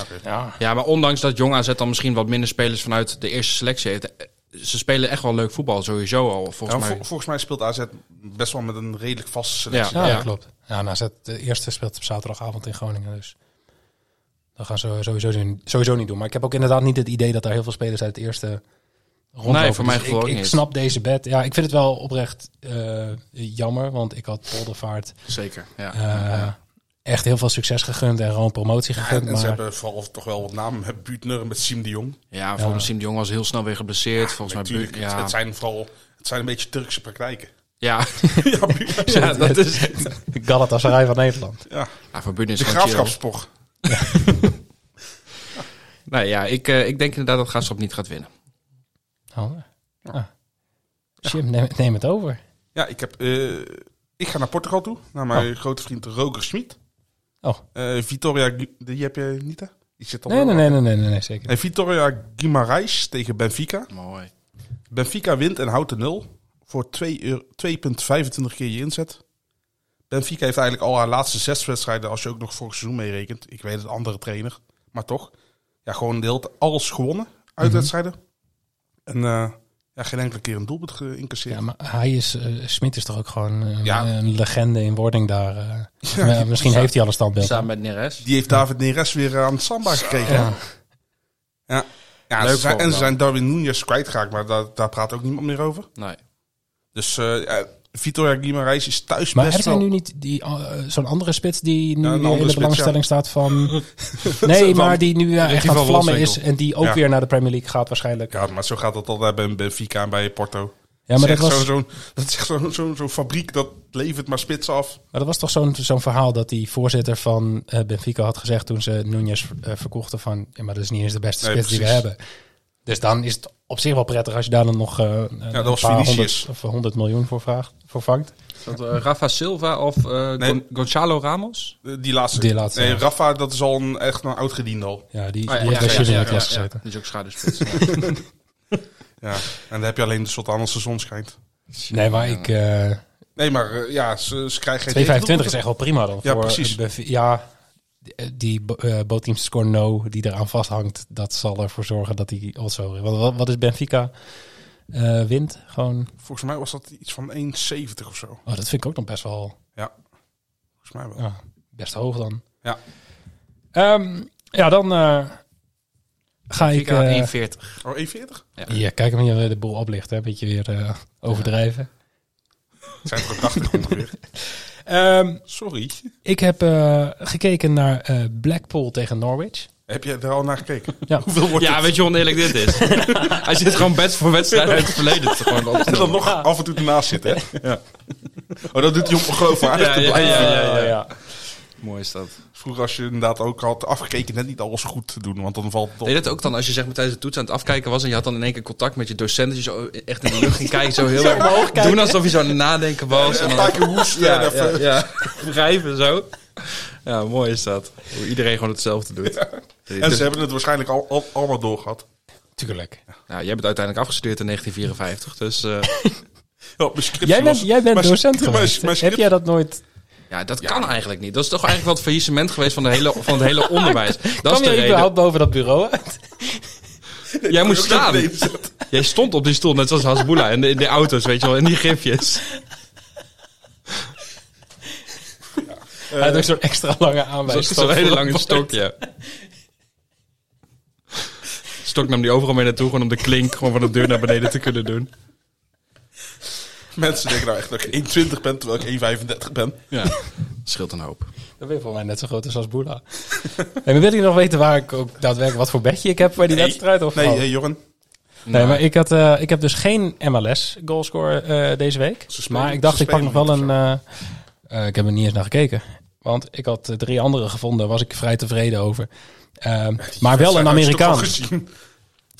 H: Oké.
G: ja, maar ondanks dat jong AZ dan misschien wat minder spelers vanuit de eerste selectie heeft. eh, Ze spelen echt wel leuk voetbal sowieso al.
H: Ja,
G: Volgens
H: vol-
G: mij.
H: volgens mij speelt AZ best wel met een redelijk vaste
G: Ja,
H: selectie.
F: Ja,
G: ja.
F: dat klopt. Ja, nou, zet- de eerste speelt op zaterdagavond in Groningen. Dus dat gaan ze sowieso, sowieso niet doen. Maar ik heb ook inderdaad niet het idee dat daar heel veel spelers uit de eerste rondlopen.
G: Nee, voor mijn
F: Dus
G: gevoel ook
F: ik, ik
G: niet.
F: snap deze bet. Ja, ik vind het wel oprecht eh, jammer. Want ik had Poldervaart
G: Zeker. Ja.
F: eh, echt heel veel succes gegund en gewoon promotie
H: En,
F: gegund.
H: en
F: maar...
H: ze hebben vooral toch wel wat namen met Buutner, met Siem de Jong.
G: Ja, en volgens Siem de Jong was heel snel weer geblesseerd. volgens mij.
H: Natuurlijk,
G: Bu- ja.
H: het, het zijn vooral het zijn een beetje Turkse praktijken.
G: Ja. ja, dat is het.
F: Galatasaray van Nederland.
G: Ja, voor Buren is
H: De
G: gewoon chill.
H: graafschapspor.
G: Nou ja, ik, eh, ik denk inderdaad dat Graafschap niet gaat winnen.
F: Oh. Ah. Jim, neem, neem het over.
H: Ja, ik, heb, eh, ik ga naar Portugal toe, naar mijn
G: Oh.
H: grote vriend Roger Schmid.
F: Oh.
H: Eh, Vitória, Gu- die heb je niet hè? Die zit al
F: Nee, nee,
H: wel-
F: nee, nee, nee, nee, nee, zeker.
H: Nee, Vitória Guimarães tegen Benfica.
G: Mooi.
H: Benfica wint en houdt de nul voor 2 euro- 2,25 keer je inzet. Benfica heeft eigenlijk al haar laatste zes wedstrijden, als je ook nog vorig seizoen meerekent. Ik weet het, andere trainer, maar toch. Ja, gewoon de hele tijd alles gewonnen uit
F: Mhm.
H: wedstrijden. En eh, ja, geen enkele keer een doelpunt geïncasseerd.
F: Ja, maar hij is, eh Smit is toch ook gewoon eh,
H: Ja.
F: een legende in wording daar. eh. Maar misschien heeft hij al een standbeeld.
G: Samen met Neres.
H: Die heeft David Neres weer eh, aan het samba gekregen. Ja. Ja.
G: Leuk
H: ze zijn,
G: voor hem
H: en ze
G: dan.
H: zijn Darwin Nunez kwijtgeraakt, maar daar, daar praat ook niemand meer over.
G: Nee.
H: Dus eh, eh, Vitor Guimarães is thuis
F: Maar
H: best
F: hebben zij
H: wel...
F: nu niet die, eh, zo'n andere spits die nu
H: Ja, een
F: weer
H: andere
F: in de
H: spits,
F: belangstelling staat van...
H: Van-
F: Nee, maar die nu eh, echt
H: Ricky
F: aan
H: van
F: het vlammen is
H: Wolfswinkel.
F: en die ook
H: Ja.
F: weer naar de Premier League gaat waarschijnlijk. Ja,
H: Ja, maar zo gaat dat altijd bij Benfica en bij Porto.
F: maar, dat was,
H: zo, zo'n, dat is echt zo'n, zo'n, zo'n fabriek, dat levert maar spits af.
F: maar dat was toch zo'n, zo'n verhaal dat die voorzitter van eh, Benfica had gezegd toen ze Nunez eh, verkochten van... Ja, maar dat is niet eens de beste
H: Nee,
F: spits die we
H: precies.
F: hebben. Dus dan is het op zich wel prettig als je daar dan nog eh, een
H: dat was
F: paar
H: Vinicius.
F: honderd, of 100 miljoen voor, vraagt, voor vangt.
G: Is dat, eh, Rafa Silva of eh,
H: Nee.
G: Gon- Gonzalo Ramos?
H: Eh, Die laatste.
F: Die laatste,
H: nee, Oh
F: ja.
H: Rafa, dat is al een, echt een oud gediende al.
F: Ja, die,
G: Ah, ja,
F: die heeft
G: ja,
F: bij
G: ja,
F: Chili in
G: ja,
F: het
G: ja,
F: jasje
G: ja.
F: gezeten.
G: Die is ook schaduwspits.
H: Ja. En dan heb je alleen de Sultan als de zon schijnt.
F: Nee, maar ik... eh,
H: Nee, maar eh, ja, ze, ze krijgen geen...
F: 2,25 is echt wel prima dan.
H: Ja,
F: voor
H: precies.
F: een Benfi- ja, die eh bootteam score no die eraan vasthangt, dat zal ervoor zorgen dat hij also... Wat, wat, wat is Benfica? eh wint gewoon.
H: Volgens mij was dat iets van 1,70 of zo.
F: Oh, dat vind ik ook nog best wel
H: Volgens mij wel.
F: ja, best hoog dan.
H: Ja.
F: Ehm, ja, dan eh, ga ik... eh,
G: 1,40.
H: Oh, 1,40?
F: ja, kijk hem hier eh, de boel oplichten. Een beetje weer eh, overdrijven.
H: Het zijn toch 80 ongeveer.
F: Ehm,
H: Sorry.
F: ik heb eh, gekeken naar eh, Blackpool tegen Norwich.
H: Heb je er al naar gekeken?
F: Ja.
H: Hoeveel wordt
G: Ja,
H: het?
G: weet je hoe oneerlijk dit is? Hij zit gewoon bed voor wedstrijd uit het verleden te gewoon
H: En dan nog af en toe ernaast zitten, hè? Ja. Oh, dat doet hij om geloof maar uit te blijven.
G: ja,
F: Eh, ja.
G: Mooi is dat.
H: Vroeger als je inderdaad ook had afgekeken net niet alles goed te doen, want dan valt het op.
G: Deed dat ook dan als je zeg maar tijdens de toets aan het afkijken was en je had dan in één keer contact met je docent dat je zo echt in de lucht ging kijken, zo heel erg doen alsof je zo aan het nadenken was. En
H: Een
G: dan
H: paar keer hoest,
G: ja,
H: ja,
G: ja,
H: even-
G: ja. wrijven zo. Ja, mooi is dat. Hoe iedereen gewoon hetzelfde doet.
H: En
G: Dus-
H: ze hebben het waarschijnlijk al, al- allemaal doorgehad.
F: Tuurlijk.
G: nou, jij bent uiteindelijk afgestudeerd in 1954, dus eh,
H: Ja, mijn scriptie
F: Jij bent,
H: was-
F: jij bent
H: mijn-
F: docent
H: mijn-
F: geweest.
H: mijn
F: Heb
H: script-
F: jij dat nooit...
G: ja, dat kan eigenlijk niet. Dat is toch eigenlijk wel het faillissement geweest van, de hele, van het hele onderwijs. Dat is
F: Kwam
G: de
F: jij
G: reden.
F: überhaupt boven dat bureau uit?
G: Jij moest staan. Jij stond op die stoel, net zoals Hasbula in de, in de auto's, weet je wel, in die gifjes.
F: Hij had ook zo'n extra lange aanwijzing.
G: Zo'n hele lange stok, ja. Stok nam die overal mee naartoe, gewoon om de klink gewoon van de deur naar beneden te kunnen doen.
H: Mensen denken nou echt dat ik 1,20 ben, terwijl ik 1,35 ben.
G: Ja, scheelt een hoop.
F: Dan ben je voor mij net zo groot als Boela. en dan wil je nog weten waar ik ook daadwerkelijk wat voor bedje ik heb bij die wedstrijd? Of
H: Nee,
F: wat?
H: eh, Jorren.
F: nee,
G: Nou.
F: maar ik, had, eh, ik heb dus geen MLS goalscore eh, deze week.
H: Ze spelen-
F: maar ik
H: ze
F: dacht, ik pak nog
H: spelen
F: wel
H: niet
F: een... eh, eh, ik heb er niet eens naar gekeken. Want ik had eh, drie andere gevonden, daar was ik vrij tevreden over. Ehm, maar wel een
H: Zijn uitstuk al
F: Amerikaan.
H: gezien.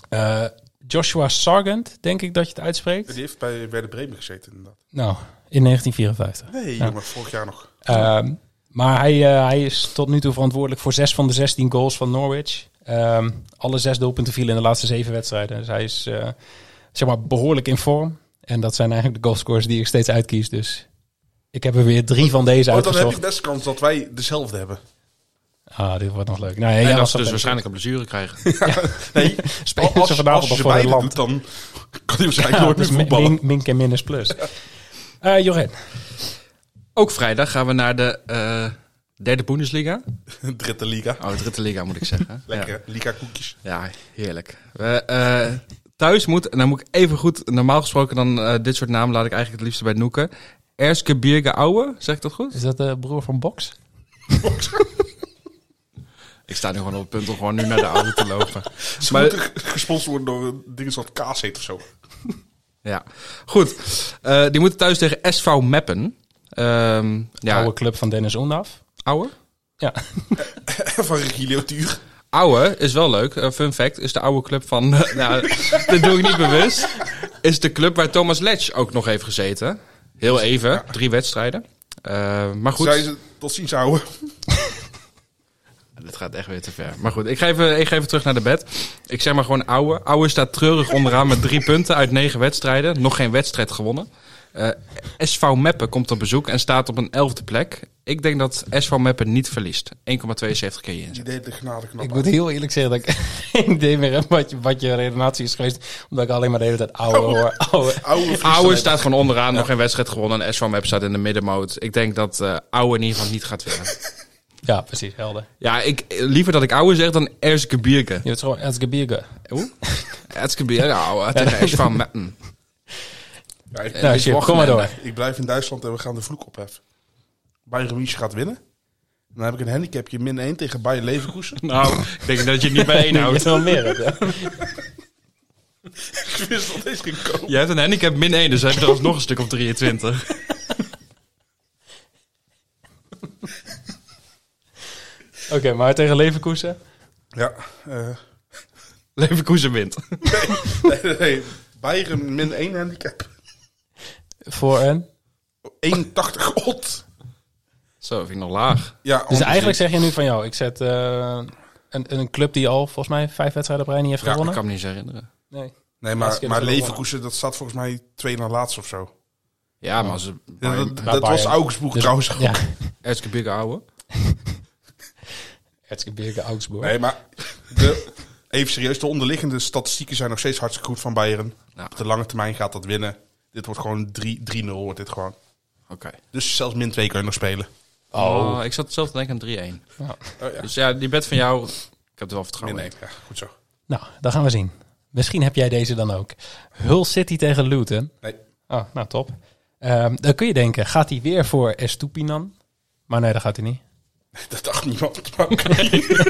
F: Eh, Joshua Sargent, denk ik dat je het uitspreekt.
H: Die heeft bij Werder Bremen gezeten, inderdaad.
F: Nou, in 1954.
H: Nee,
F: Ja.
H: jongen, vorig jaar nog.
F: Ehm, maar hij, eh, hij is tot nu toe verantwoordelijk voor zes van de 16 goals van Norwich. Ehm, alle zes doelpunten vielen in de laatste zeven wedstrijden. Dus hij is eh, zeg maar behoorlijk in vorm. En dat zijn eigenlijk de goalscorers die ik steeds uitkies. Dus ik heb er weer drie van deze
H: Oh, dan heb
F: uitgezocht.
H: ik best kans dat wij dezelfde hebben.
F: Ah, dit wordt nog leuk. Nou, ja, jij
G: en dat
F: was
G: ze dus
F: dat-
G: waarschijnlijk een blessure krijgen.
H: Nee,
F: Spelen ze
H: als, als,
F: vanavond
H: je
F: nog
H: ze
F: voor
H: beide
F: Nederland?
H: doet, dan kan hij waarschijnlijk
F: Ja,
H: nooit meer
F: dus min-
H: voetballen.
F: min- Mink en minus plus. Eh Jorrit,
G: Ook vrijdag gaan we naar de eh, derde Bundesliga.
H: Dritte liga.
G: Oh, de dritte liga moet ik zeggen.
H: Lekker, hè? liga koekjes.
G: Ja, ja heerlijk. We, eh, thuis moet, en dan moet ik even goed, normaal gesproken dan eh, dit soort namen laat ik eigenlijk het liefst bij noeken. Erske Bierge Ouwe, zeg ik dat goed?
F: is dat de broer van Box?
G: Ik sta nu gewoon op het punt om gewoon nu naar de oude te lopen.
H: Ze
G: Maar-
H: moeten gesponsord worden door een ding zoals kaas heet of zo.
G: Ja, goed. Eh, die moeten thuis tegen SV Meppen. Ehm ja,
F: Oude club van Dennis Ondaf.
G: ouwe?
F: Ja,
H: Van Regilio Tuur.
G: Ouwe is wel leuk. Eh, fun fact, is de oude club van... nou, dat doe ik niet bewust. Is de club waar Thomas Letch ook nog heeft gezeten. Heel even, drie wedstrijden. Eh, maar goed.
H: Zijn ze, tot ziens, ouwe.
G: Ja, Dit gaat echt weer te ver. Maar goed, ik ga, even, ik ga even terug naar de bed. Ik zeg maar gewoon Ouwe. Ouwe staat treurig onderaan met drie punten uit negen wedstrijden. Nog geen wedstrijd gewonnen. Eh, SV Meppen komt op bezoek en staat op een elfde plek. Ik denk dat SV Meppen niet verliest. 1,72 keer je
H: Die
G: inzet.
H: deed de genade knap.
F: Ik moet heel eerlijk zeggen dat ik geen idee meer heb wat je, wat je redenatie is geweest. Omdat ik alleen maar de hele tijd ouwe hoor. Ouwe.
H: Ouwe,
G: Ouwe staat gewoon onderaan, nog geen wedstrijd gewonnen. En SV Meppen staat in de middenmoot. Ik denk dat eh Ouwe in ieder geval niet gaat winnen.
F: Ja, precies, helder.
G: Ja, ik, eh, liever dat ik Ouwe zeg dan Erske Bierke.
F: Je bent gewoon Elske Bierke.
G: Nou, eh, Oeh? Erske Bierke, Ouwe. Tegen SV Meppen.
H: Ja, ik,
F: Nou,
G: dit
F: Chip,
G: wacht
F: kom maar
G: men.
F: door.
H: ik blijf in Duitsland en we gaan de vloek opheffen. Bayern München gaat winnen. En dan heb ik een handicapje min 1 tegen Bayern Leverkusen.
G: Nou, ik denk dat je het niet bij één
F: Nou, het
G: houdt.
F: is wel meer. hè?
H: ik wist dat deze ging komen.
G: Je hebt een handicap min 1, dus heb je er alsnog een stuk op 23.
F: Oké, maar tegen Leverkusen?
H: Ja, eh,
G: Leverkusen wint.
H: nee, nee, nee. Bayern min 1 handicap.
F: Voor een?
H: 81 odd.
G: Zo, vind ik nog laag.
H: Ja,
F: Dus
H: ongeveer.
F: eigenlijk zeg je nu van jou, ik zet eh, een, een club die al volgens mij vijf wedstrijden op rij niet heeft
G: Ja, ik
F: gewonnen.
G: kan me niet eens herinneren.
F: Nee.
H: Nee,
F: Laatste
H: maar,
F: keer
H: maar
F: dat ze
H: Leverkusen, dat staat volgens mij twee na laatst of zo.
G: Ja, maar ze...
H: Ja,
G: Bayern-
H: dat dat was
F: Bayern.
H: Augsburg
F: Dus-
H: trouwens ook.
F: Ja,
G: Erzke Bigge ouwe.
F: Erzgebirge, Augsburg.
H: Nee, maar de, even serieus, de onderliggende statistieken zijn nog steeds hartstikke goed van Bayern.
G: Ja.
H: Op de lange termijn gaat dat winnen. Dit wordt gewoon 3 3-0, wordt dit gewoon.
G: Oké.
H: Dus zelfs min 2 kun je nog spelen.
G: Oh. ik zat zelf te denken aan 3-1.
H: Oh ja,
G: Dus ja, Oh, die bed van jou, ik heb er wel vertrouwen
H: min
G: in.
H: 1. Ja, goed zo.
F: Nou, dan gaan we zien. Misschien heb jij deze dan ook. Hull City tegen Luton.
H: Nee.
F: Oh, nou top. Ehm, dan kun je denken, gaat hij weer voor Estupinan? Maar nee, dat gaat hij niet.
H: Dat dacht niemand. Maar oké.
G: Ik heb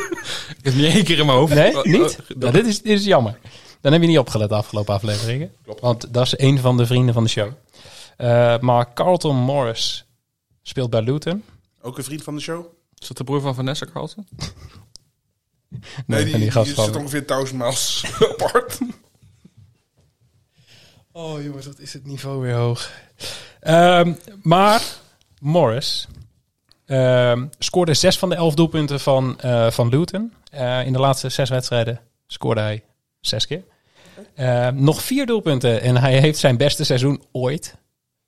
G: het niet één keer in mijn hoofd.
F: Nee,
G: Oh,
F: niet?
G: oh,
F: Nou, dit, is, dit is jammer. Dan heb je niet opgelet de afgelopen afleveringen. Want dat is een van de vrienden van de show. Eh, maar Carlton Morris speelt bij Luton.
H: Ook een vriend van de show?
G: Is dat de broer van Vanessa Carlton?
F: Nee, van die gast
H: zit
F: van...
H: ongeveer 1000 miles apart.
F: Oh jongens, wat is het niveau weer hoog. Ehm, maar Morris ehm, scoorde zes van de elf doelpunten van, eh, van Luton. Eh, in de laatste zes wedstrijden scoorde hij zes keer. Eh, nog vier doelpunten en hij heeft zijn beste seizoen ooit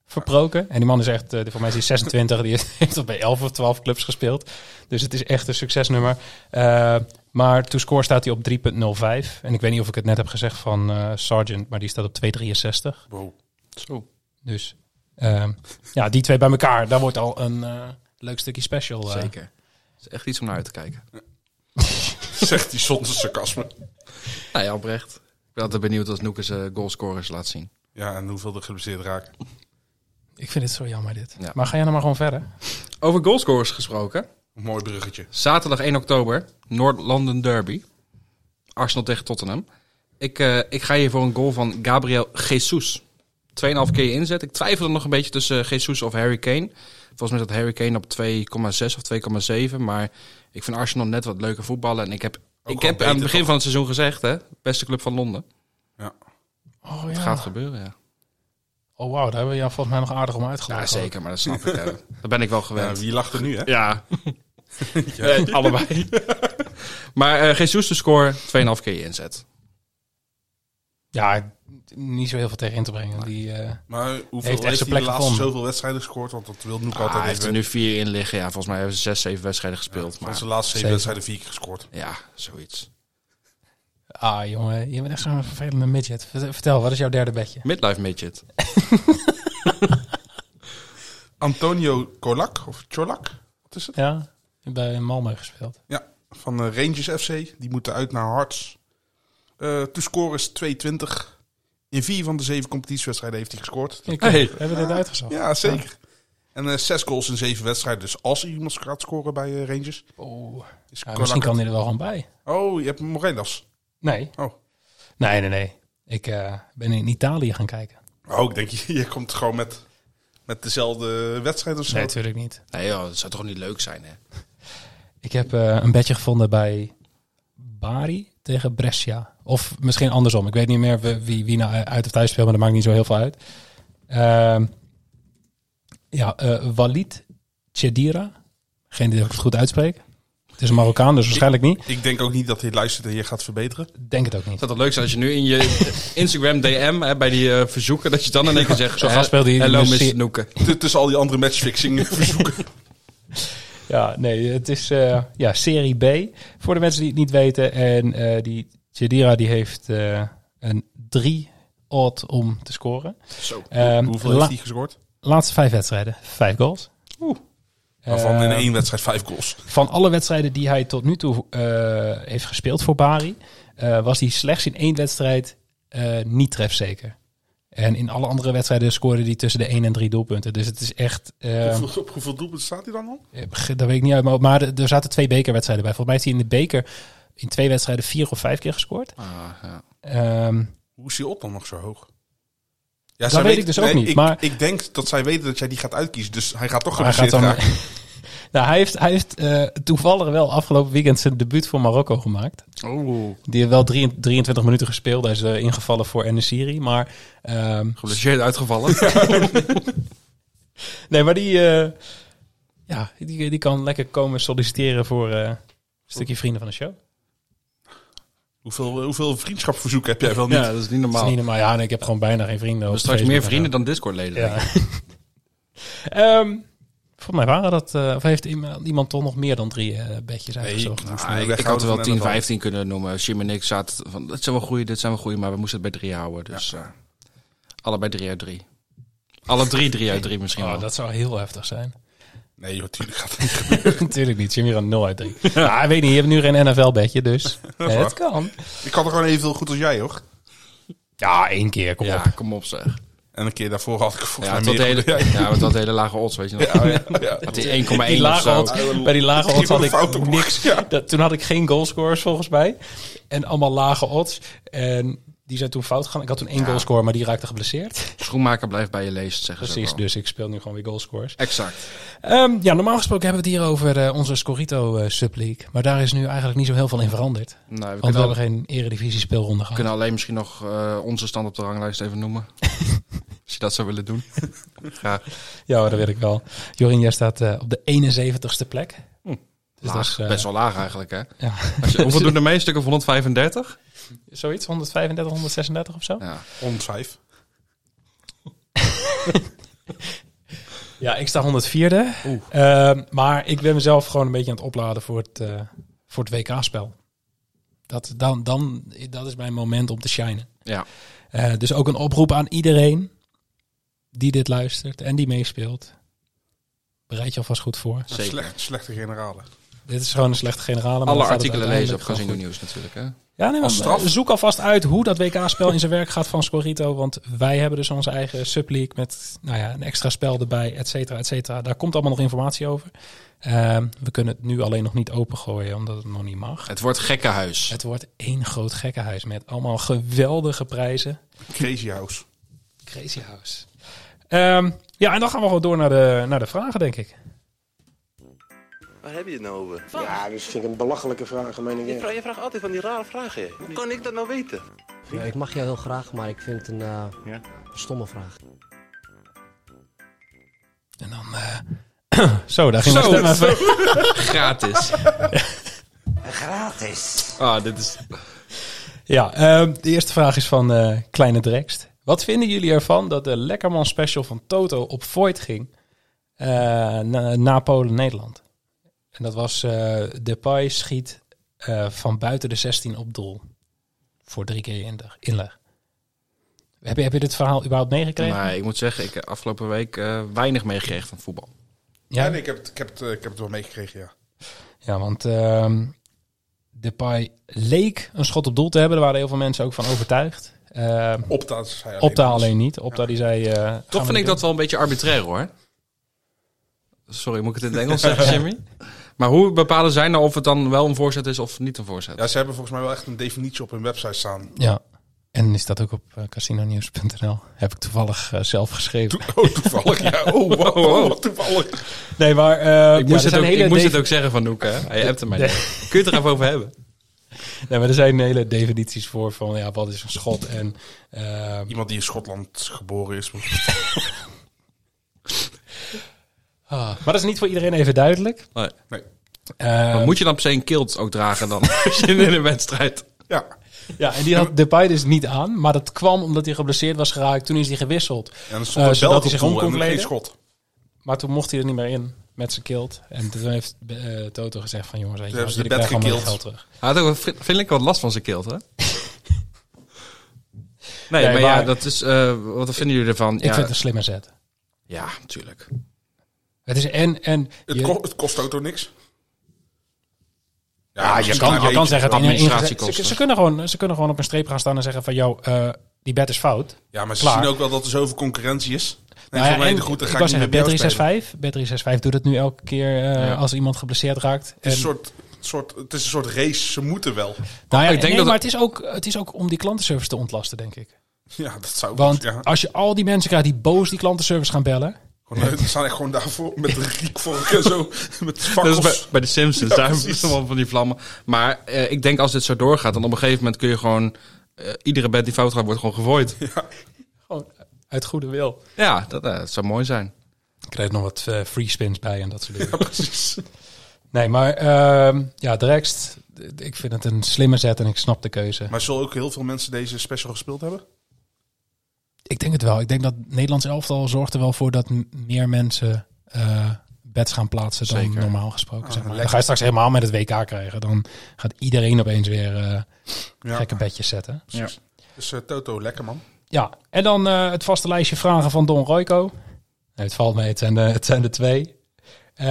F: verbroken. En die man is echt, eh, voor mij is hij 26, die heeft- heeft al bij 11 of 12 clubs gespeeld. Dus het is echt een succesnummer. Eh, maar to score staat hij op 3.05. En ik weet niet of ik het net heb gezegd van eh Sargent, maar die staat op 2.63.
H: Wow.
G: Zo.
F: Dus ehm, ja, die twee bij elkaar, daar wordt al een eh, leuk stukje special. eh.
G: Zeker. Het is echt iets om naar uit te kijken.
H: Zegt hij zonder sarcasme.
G: Nou ja, oprecht. Ik ben altijd benieuwd als Noeke zijn goalscorers laat zien.
H: Ja, en hoeveel er geblesseerd raken.
F: Ik vind het zo jammer dit.
G: Ja.
F: Maar ga jij nou maar gewoon verder.
G: Over goalscorers gesproken.
H: Mooi bruggetje.
G: Zaterdag 1 oktober, Noord-London Derby. Arsenal tegen Tottenham. Ik, eh, ik ga hier voor een goal van Gabriel Jesus. 2,5 keer inzet. Ik twijfel er nog een beetje tussen eh, Jesus of Harry Kane. Volgens mij staat Harry Kane op 2,6 of 2,7. Maar ik vind Arsenal net wat leuker voetballen. En ik heb,
H: Ook
G: ik heb aan
H: wel beter,
G: het begin
H: toch?
G: van het seizoen gezegd, hè, beste club van Londen.
F: Oh
G: Het gaat gebeuren, ja.
F: Oh wauw, daar hebben we jou volgens mij nog aardig om uitgelachen.
G: Ja, zeker, maar dat snap ik. hè. Daar ben ik wel
H: Ja,
G: gewend.
H: wie lacht er nu, hè?
G: Ja. Eh, allebei. maar eh Jesus de score, 2,5 keer je inzet.
F: Ja, niet zo heel veel tegen in te brengen. Die, eh,
H: Maar hoeveel
F: echt
H: heeft,
F: zijn
H: hij de
F: plek
H: laatste
F: gevonden.
H: zoveel wedstrijden gescoord? Want dat wil Noek
G: Ah,
H: altijd
G: hij heeft er
H: even.
G: nu vier in liggen. Ja, volgens mij hebben ze zes, zeven wedstrijden gespeeld.
H: Van
G: maar
H: zijn laatste zeven
F: Zeven.
H: wedstrijden vier keer gescoord.
G: ja, zoiets.
F: Ah jongen, je bent echt zo'n vervelende midget. Vert- Vertel, wat is jouw derde bedje?
G: Midlife midget.
H: Antonio Colak, of Cholak, wat is het?
F: Ja, bij Malmö gespeeld.
H: Ja, van eh, Rangers FC. Die moeten uit naar Hearts. Eh to score is 220. In vier van de zeven competitiewedstrijden heeft hij gescoord.
F: Ik
G: Hey.
F: we hebben dit uitgezocht.
H: Ja, zeker. En eh, zes goals in zeven wedstrijden. Dus als iemand gaat scoren bij eh, Rangers...
F: Oh,
H: Is
F: ja,
H: Colak
F: misschien kan
H: het.
F: hij er wel gewoon bij.
H: Oh, je hebt Morelos.
F: Nee.
H: Oh.
F: Nee, nee, nee. Ik eh, ben in Italië gaan kijken.
H: Oh, ik denk, je, je komt gewoon met, met dezelfde wedstrijd of zo.
F: Nee, natuurlijk niet.
G: Nee joh, dat zou toch niet leuk zijn, hè?
F: Ik heb eh, een bedje gevonden bij Bari tegen Brescia. Of misschien andersom. Ik weet niet meer wie- wie, wie nou uit of thuis speelt, maar dat maakt niet zo heel veel uit. Ehm, ja, eh Walid Chedira. Geen idee of ik het goed uitspreek. Het is een Marokkaan, dus waarschijnlijk niet.
H: Ik denk ook niet dat hij luistert en je gaat verbeteren.
F: Denk het ook niet.
G: Zou toch leuk zijn als je nu in je Instagram DM, hè, bij die eh, verzoeken, dat je dan in één keer zegt...
F: Zo'n
G: eh,
F: gast speelt die-
G: Hello,
F: die-
G: Mr. Noeken.
H: T- Tussen al die andere matchfixing verzoeken.
F: Ja, nee, het is eh, ja, Serie B. Voor de mensen die het niet weten. En eh, die Chedira die heeft eh, een 3 odd om te scoren.
G: Zo.
F: Ehm,
H: Hoeveel
F: la-
H: heeft hij gescoord?
F: Laatste vijf wedstrijden, vijf goals.
H: Waarvan in
F: Eh,
H: één wedstrijd vijf goals.
F: Van alle wedstrijden die hij tot nu toe eh, heeft gespeeld voor Bari, eh, was hij slechts in één wedstrijd eh, niet trefzeker. En in alle andere wedstrijden scoorde hij tussen de 1 en 3 doelpunten. Dus het is echt. eh,
H: hoeveel, op hoeveel doelpunten staat hij dan al?
F: eh, dat weet ik niet uit. Maar, maar er zaten twee bekerwedstrijden bij. Volgens mij heeft hij in de beker in twee wedstrijden vier of vijf keer gescoord.
G: Ah, ja.
F: Ehm,
H: Hoe is die op dan nog zo hoog? Ja,
F: weet ik dus ook niet,
H: Ik,
F: maar-
H: ik denk dat zij weten dat jij die gaat uitkiezen. Dus hij gaat toch
F: Maar hij gaat
H: geblesseerd
F: dan.
H: raken.
F: nou, hij heeft, hij heeft eh, toevallig wel afgelopen weekend zijn debuut voor Marokko gemaakt.
G: Oeh,
F: Die heeft wel 23 23 minuten gespeeld. Hij is eh, ingevallen voor Enesiri. Maar, ehm,
G: geblesseerd uitgevallen.
F: nee, maar die, eh, ja, die, die kan lekker komen solliciteren voor eh, een stukje vrienden van de show.
H: Hoeveel, hoeveel vriendschapsverzoeken heb jij wel niet?
G: ja, dat is niet
F: Dat
G: normaal.
F: is niet normaal. Ja, nee, ik heb gewoon bijna geen vrienden.
G: We
F: op
G: hebben straks meer
F: Facebook en
G: vrienden
F: zo.
G: dan Discord-leden. denk ik.
F: Ja. Ehm, volgens mij waren dat... eh, of heeft iemand, iemand toch nog meer dan drie eh, bedjes uitgezocht?
H: hoeft
G: Ah,
H: niet
G: ik,
H: weg
G: ik
H: te
G: had er wel
H: houden
G: 10,
H: van
G: 15 kunnen noemen. Jim en ik zaten van, dit zijn wel goeie, dit zijn wel goeie, maar we moesten het bij drie houden. Dus eh, allebei drie uit drie. Alle drie drie uit drie misschien wel.
F: Oh, dat zou heel heftig zijn.
H: Nee, joh, tuurlijk gaat het niet.
F: Natuurlijk niet. Jimmy gaat 0 uit 3. Ja, ik weet niet. Je hebt nu geen NFL-bedje, dus het kan.
H: Ik had er gewoon evenveel goed als jij, hoor.
F: Ja, één keer. Kom
G: ja,
F: op.
G: kom op zeg.
H: En een keer daarvoor had ik volgens
G: Ja, het
H: mij
G: had
H: meer
G: hele,
H: goed dan jij.
G: ja, het had hele lage odds, weet je nog.
H: Ja, ja, ja.
G: Had hij 1,1
F: oh Die
G: of
F: lage
G: zo.
F: odds, bij die lage odds had
H: Iemand
F: ik
H: fout
F: niks.
H: Ja.
F: Dat, toen had ik geen goalscorers volgens mij. En allemaal lage odds. En die zijn toen fout gegaan. Ik had toen één goalscore, maar die raakte geblesseerd.
G: Schoenmaker blijft bij je leest, zeggen ze
F: Precies,
G: ook wel.
F: dus ik speel nu gewoon weer goalscorers.
G: Exact.
F: Ehm, ja, normaal gesproken hebben we het hier over eh, onze Scorito eh, subleague. Maar daar is nu eigenlijk niet zo heel veel in veranderd.
G: Nou, we
F: Want we
G: kunnen, al-
F: hebben geen eredivisie speelronde
G: we
F: gehad.
G: kunnen alleen misschien nog eh, onze stand op de ranglijst even noemen. Als je dat zou willen doen. Graag.
F: Dus Ja, hoor, dat weet ik wel. Jorin, jij staat eh, op de 71ste plek. Dus
G: Hm. Laag,
F: eh,
G: best wel laag eigenlijk, hè?
F: Ja.
G: Als je, hoeveel doen de meeste stukken van 135?
F: Zoiets, 135, 136 of zo? Ja.
G: Ja.
H: 105.
F: ik sta 104e.
G: Oeh.
F: Ehm, maar ik ben mezelf gewoon een beetje aan het opladen voor het, eh, voor het WK-spel. Dat, dan, dan, dat is mijn moment om te shinen.
G: Ja.
F: Eh, dus ook een oproep aan iedereen die dit luistert en die meespeelt. Bereid je alvast goed voor.
G: Zeker.
H: Slecht, slechte generalen.
F: Dit is gewoon een slechte generale. maar
G: Alle
F: dan gaat het
G: artikelen lezen op
F: uiteindelijk
G: Casino
F: gewoon goed.
G: Nieuws natuurlijk. Hè?
F: Ja, nee, maar
H: Als straf.
F: zoek alvast uit hoe dat WK-spel in zijn werk gaat van Scorito. Want wij hebben dus onze eigen subleague met nou ja, een extra spel erbij, et cetera, et cetera. Daar komt allemaal nog informatie over. Ehm, we kunnen het nu alleen nog niet opengooien, omdat het nog niet mag.
G: Het wordt gekkenhuis.
F: Het wordt één groot gekkenhuis met allemaal geweldige prijzen.
H: Crazy House.
F: Crazy House. Ehm, ja, en dan gaan we gewoon door naar de, naar de vragen, denk ik.
J: Waar heb je het nou over?
I: Ja, dat vind ik een belachelijke vraag, meen
J: Je vraagt, je vraagt altijd van die rare vragen. Hoe kan ik dat nou weten?
I: ik mag jou heel graag, maar ik vind het een stomme vraag.
F: En dan... eh, zo, daar ging
G: Zo.
F: mijn stem even.
G: Gratis.
I: Gratis.
G: Ah, dit is...
F: Ja, ehm, de eerste vraag is van eh, Kleine Drekst. Wat vinden jullie ervan dat de Lekkerman special van Toto op Voigt ging eh, na, na Polen-Nederland? En dat was eh Depay schiet eh, van buiten de 16 op doel. Voor drie keer inleg. inleg. Heb je, heb je dit verhaal überhaupt meegekregen?
G: Nee, ik moet zeggen, ik heb afgelopen week eh, weinig meegekregen van voetbal.
H: Ja,
F: Ja,
H: nee, ik heb, het, ik, heb het, eh, ik heb het wel meegekregen, ja.
F: ja want ehm Depay leek een schot op doel te hebben. Daar waren heel veel mensen ook van overtuigd. Uh,
H: Opta zei alleen.
F: Opta alleen niet. Opta die zei... eh, gaan we
G: Toch
F: niet
G: vind ik
F: doen.
G: dat wel een beetje arbitrair hoor. Sorry, moet ik het in het Engels zeggen, Jimmy? Maar hoe bepalen zij nou of het dan wel een voorzet is of niet een voorzet?
H: Ja, ze hebben volgens mij wel echt een definitie op hun website staan.
F: Ja. En is dat ook op eh, casinonieuws.nl? Heb ik toevallig eh, zelf geschreven.
H: Oh, toevallig. ja, oh, wow, wow, wat toevallig.
F: Nee, maar... eh,
G: ik
F: ja,
G: moest,
F: er
G: het,
F: zijn
G: ook, ik
F: hele
G: moest
F: defi-
G: het ook zeggen van Noeke, hè? Hij hebt hem maar niet. Kun je het er even over hebben?
F: Nee, maar er zijn hele definities voor van ja, wat is een schot en... eh,
H: Iemand die in Schotland geboren is.
F: ah, maar dat is niet voor iedereen even duidelijk.
G: Nee.
F: Eh,
G: Maar moet je dan per se een kilt ook dragen dan? Als je in een wedstrijd...
H: Ja,
F: Ja, en die had Depay dus niet aan. Maar dat kwam omdat hij geblesseerd was geraakt. Toen is hij gewisseld.
H: en dan
F: Eh,
H: stond er
F: zodat hij
H: Belgen
F: zich
H: op
F: om
H: doel
F: kon
H: en geen
F: kleden?
H: schot.
F: Maar toen mocht hij er niet meer in met zijn kilt. En toen heeft eh, Toto gezegd van jongens, weet je,
H: Toen
F: wat,
H: hebben ze de
F: jullie
H: bed
F: krijgen allemaal geld
H: gekild.
F: terug.
G: Hij had ook, wel- vind vind ik wat last van zijn kilt, hè? Nee, maar, ja,
F: maar-
G: dat is... eh, wat vinden jullie ervan?
F: Ik
G: ja,
F: vind het een slimme zet.
G: ja, natuurlijk.
F: Het is en... en
H: Het,
F: je-
H: ko- het kost auto niks.
F: Ja, je
H: misschien
F: kan,
H: een
F: je kan
H: beetje.
F: zeggen dat in- in-
G: Administratiekosten.
F: ze, ze, kunnen gewoon, ze kunnen gewoon op een streep gaan staan en zeggen van... jou, eh, die bet is fout.
H: Ja, maar ze
F: Klaar.
H: zien ook wel dat er zoveel concurrentie is. En
F: Nou ja,
H: voor mij
F: en
H: de goed, dan
F: ik
H: ga ik,
F: wou zeggen,
H: niet meer bij
F: Battery
H: jou spelen.
F: 65. Battery 65 doet het nu elke keer eh,
G: Ja.
F: als iemand geblesseerd raakt.
H: Het is,
F: En-
H: een soort, soort, het is een soort race, ze moeten wel.
F: nou
G: ik
F: ja,
G: denk
F: nee,
G: dat-
F: maar het is, ook, het is ook om die klantenservice te ontlasten, denk ik.
H: Ja, dat zou
F: Want
H: ja.
F: als je al die mensen krijgt die boos die klantenservice gaan bellen.
H: Gewoon, eh, we staan echt gewoon daarvoor met de riekvork en zo. Met fakkels.
G: Dat is Dus bij, bij de Simpsons.
H: Ja,
G: daar
H: precies.
G: hebben ze allemaal van die vlammen. Maar eh, ik denk als dit zo doorgaat, dan op een gegeven moment kun je gewoon... eh, iedere bed die fout gaat, wordt gewoon gevooid.
F: Gewoon uit goede wil.
G: Ja, dat, eh, dat zou mooi zijn.
F: Ik kreeg nog wat eh, free spins bij en dat soort dingen.
H: Ja, precies.
F: Nee, maar ehm ja, de rest. d- Ik vind het een slimme zet en ik snap de keuze.
H: Maar zullen ook heel veel mensen deze special gespeeld hebben?
F: Ik denk het wel. Ik denk dat het Nederlands elftal zorgt er wel voor dat m- meer mensen eh, bets gaan plaatsen dan
G: Zeker.
F: normaal gesproken. zeg maar. Dan
H: Ah, lekker.
F: ga je straks helemaal met het WK krijgen. Dan gaat iedereen opeens weer eh,
H: Ja.
F: gekke bedjes zetten.
H: Dus eh, Toto, lekker man.
F: Ja, en dan eh, het vaste lijstje vragen van Don Royko. Nee, het valt mee, het zijn, de, het zijn er twee. Eh,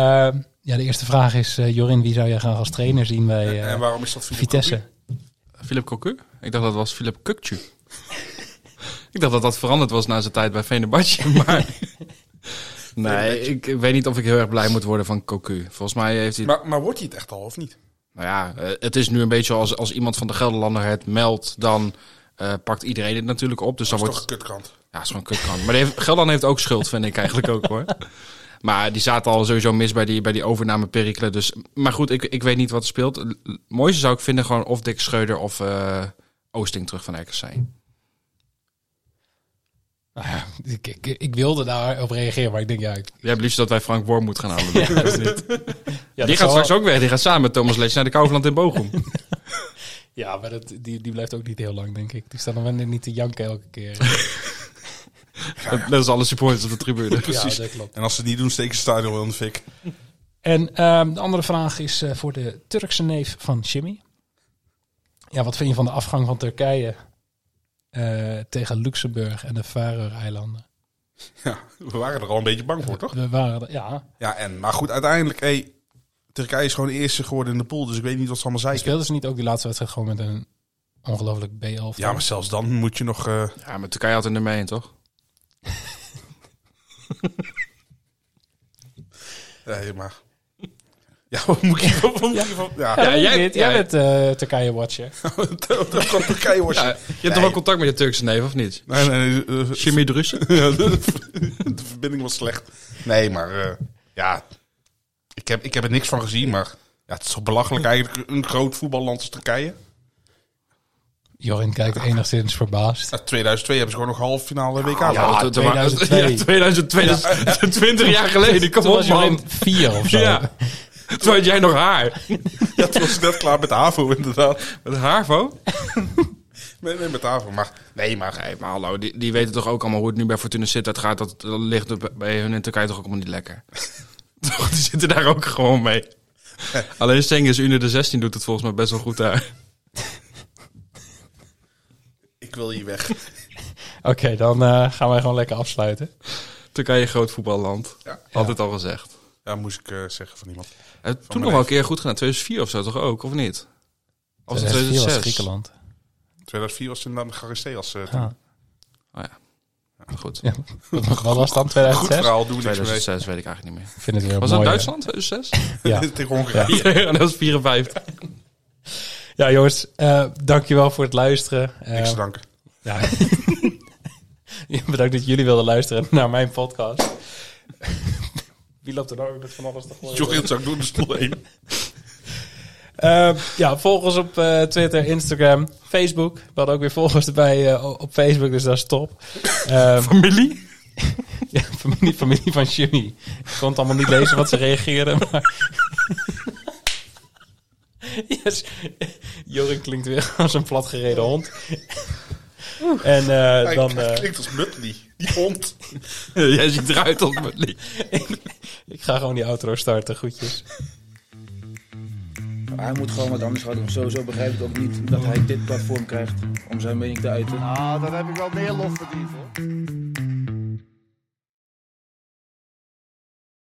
F: ja, de eerste vraag is, eh, Jorin, wie zou jij graag als trainer zien bij eh,
H: en waarom is dat Philippe
F: Vitesse?
H: Cocu?
G: Philip Cocu? Ik dacht dat was Philip Kukcu. ik dacht dat dat veranderd was na zijn tijd bij Venebadje, maar... Nee, ik, ik weet niet of ik heel erg blij moet worden van Cocu. Volgens mij heeft hij...
H: Maar, maar wordt hij het echt al of niet?
G: Nou ja, eh, het is nu een beetje als, als iemand van de Gelderlander het meldt, dan eh, pakt iedereen het natuurlijk op. Dus dan
H: Dat is
G: wordt
H: toch een kutkant.
G: Ja, is gewoon een kutkant. Maar die heeft, Gelderland heeft ook schuld, vind ik eigenlijk ook hoor. Maar die zaten al sowieso mis bij die, bij die overname Perikelen. Dus, maar goed, ik, ik weet niet wat er speelt. Het mooiste zou ik vinden gewoon of Dick Schreuder of eh, Oosting terug van RKC.
F: Nou ja, ik, ik, ik wilde daarop reageren, maar ik denk, ja... Ik,
G: Jij hebt liefst dat wij Frank Worm moeten gaan halen. denk ik, of niet?
F: ja,
G: die gaat straks ook weg. Die gaat samen met Thomas Lees naar de Kouwland in Bochum.
F: Ja, maar dat, die, die blijft ook niet heel lang, denk ik. Die staat dan wel niet te janken elke keer.
G: Dat is alle supporters op de tribune.
F: Ja, dat klopt.
H: En als ze het niet doen, steken ze het stadion wel in de fik.
F: En ehm, de andere vraag is eh, voor de Turkse neef van Jimmy. Ja, wat vind je van de afgang van Turkije eh, tegen Luxemburg en de Faroe-eilanden?
H: Ja, we waren er al een beetje bang voor, toch?
F: We waren er- ja,
H: Ja, en, maar goed, uiteindelijk, hey, Turkije is gewoon de eerste geworden in de pool. Dus ik weet niet wat ze allemaal zeiken.
F: speelden ze niet ook die laatste wedstrijd gewoon met een ongelooflijk B11?
H: Ja, maar zelfs dan moet je nog... eh,
G: Ja, maar Turkije had er nummer 1, toch?
H: nee, maar... Ja, wat moet je wat moet je van... Ja,
F: Ja, jij,
G: jij-
F: bent- jij
G: jij-
F: bent eh, Turkije-watcher.
H: dat dat kan Turkije
G: Ja,
H: worden.
G: je hebt toch wel contact met je Turkse neef, of niet?
H: Nee, nee, eh,
G: Jimmy Drussen?
H: Ja, de, de verbinding was slecht. Nee, maar eh, ja, ik heb, ik heb er niks van gezien, maar ja, het is toch belachelijk eigenlijk een groot voetballand als Turkije.
F: Jorin kijkt enigszins verbaasd.
H: Ja, 2002 hebben ze gewoon nog halve finale WK.
F: ja.
H: Ja,
G: Oh, toen- toen waren-
F: 2002.
G: Ja, 2002, dat is 20 jaar geleden. Kom
F: Toen
G: op,
F: was
G: man.
F: Jorin vier of zo.
G: Ja. Toen had jij nog haar.
H: ja, toen was het net klaar met de HAVO inderdaad.
G: Met HAVO?
H: Nee, nee, met de HAVO, maar nee, maar
G: Nee, maar hallo, die, die weten toch ook allemaal hoe het nu bij Fortuna Sittard gaat. Dat, dat ligt op- bij hun in Turkije toch ook allemaal niet lekker. toch, die zitten daar ook gewoon mee. Alleen Cengiz Under de 16 doet het volgens mij best wel goed daar.
H: ik wil hier weg.
F: Oké, dan eh, gaan wij gewoon lekker afsluiten.
G: Turkije groot voetballand.
H: Ja.
G: Altijd al gezegd.
H: Ja, moest ik eh, zeggen van iemand.
G: Eh, toen
H: mijn
G: nog wel een keer goed gedaan. 2004 of zo toch ook, of niet? Of was het
F: 2004 Eh,
G: 2006?
F: was Griekenland.
H: 2004 was het inderdaad de Gariste als eh,
F: Ja.
G: Oh ja. Maar Goed.
F: Ja, wat wat was het dan?
H: goed
F: 2006?
H: verhaal, doen we niks mee.
G: 2006 weet ik eigenlijk niet meer.
F: Ik vind het weer
G: Was dat
F: mooi,
G: Duitsland, 2006?
F: hè? Ja.
H: Tegen Hongarije.
G: Ja, dat was 54.
F: ja, jongens, eh dankjewel voor het luisteren. Eh,
H: Niks te danken.
F: ja. Bedankt dat jullie wilden luisteren naar mijn podcast. Wie loopt er nou met van alles te gooien?
H: Jorrit zou ik doen dus de stoel heen.
F: Eh, ja, volg ons op eh, Twitter, Instagram, Facebook. We hadden ook weer volgers erbij eh, op Facebook, dus dat is top. Eh,
G: Familie?
F: ja, familie, familie van Jimmy. Ik kon het allemaal niet lezen wat ze reageerden, maar... Yes. Jorik klinkt weer als een platgereden hond. En eh,
H: Hij-
F: dan...
H: hij
F: eh,
H: klinkt als Mutley. Die hond.
G: Jij ziet eruit als Familie.
F: ik ga gewoon die outro starten, goedjes.
E: Hij moet gewoon wat anders gaan doen. Sowieso begrijp ik ook niet dat hij dit platform krijgt om zijn mening te uiten.
J: Ah, dat heb ik wel meer lof verdiend hoor.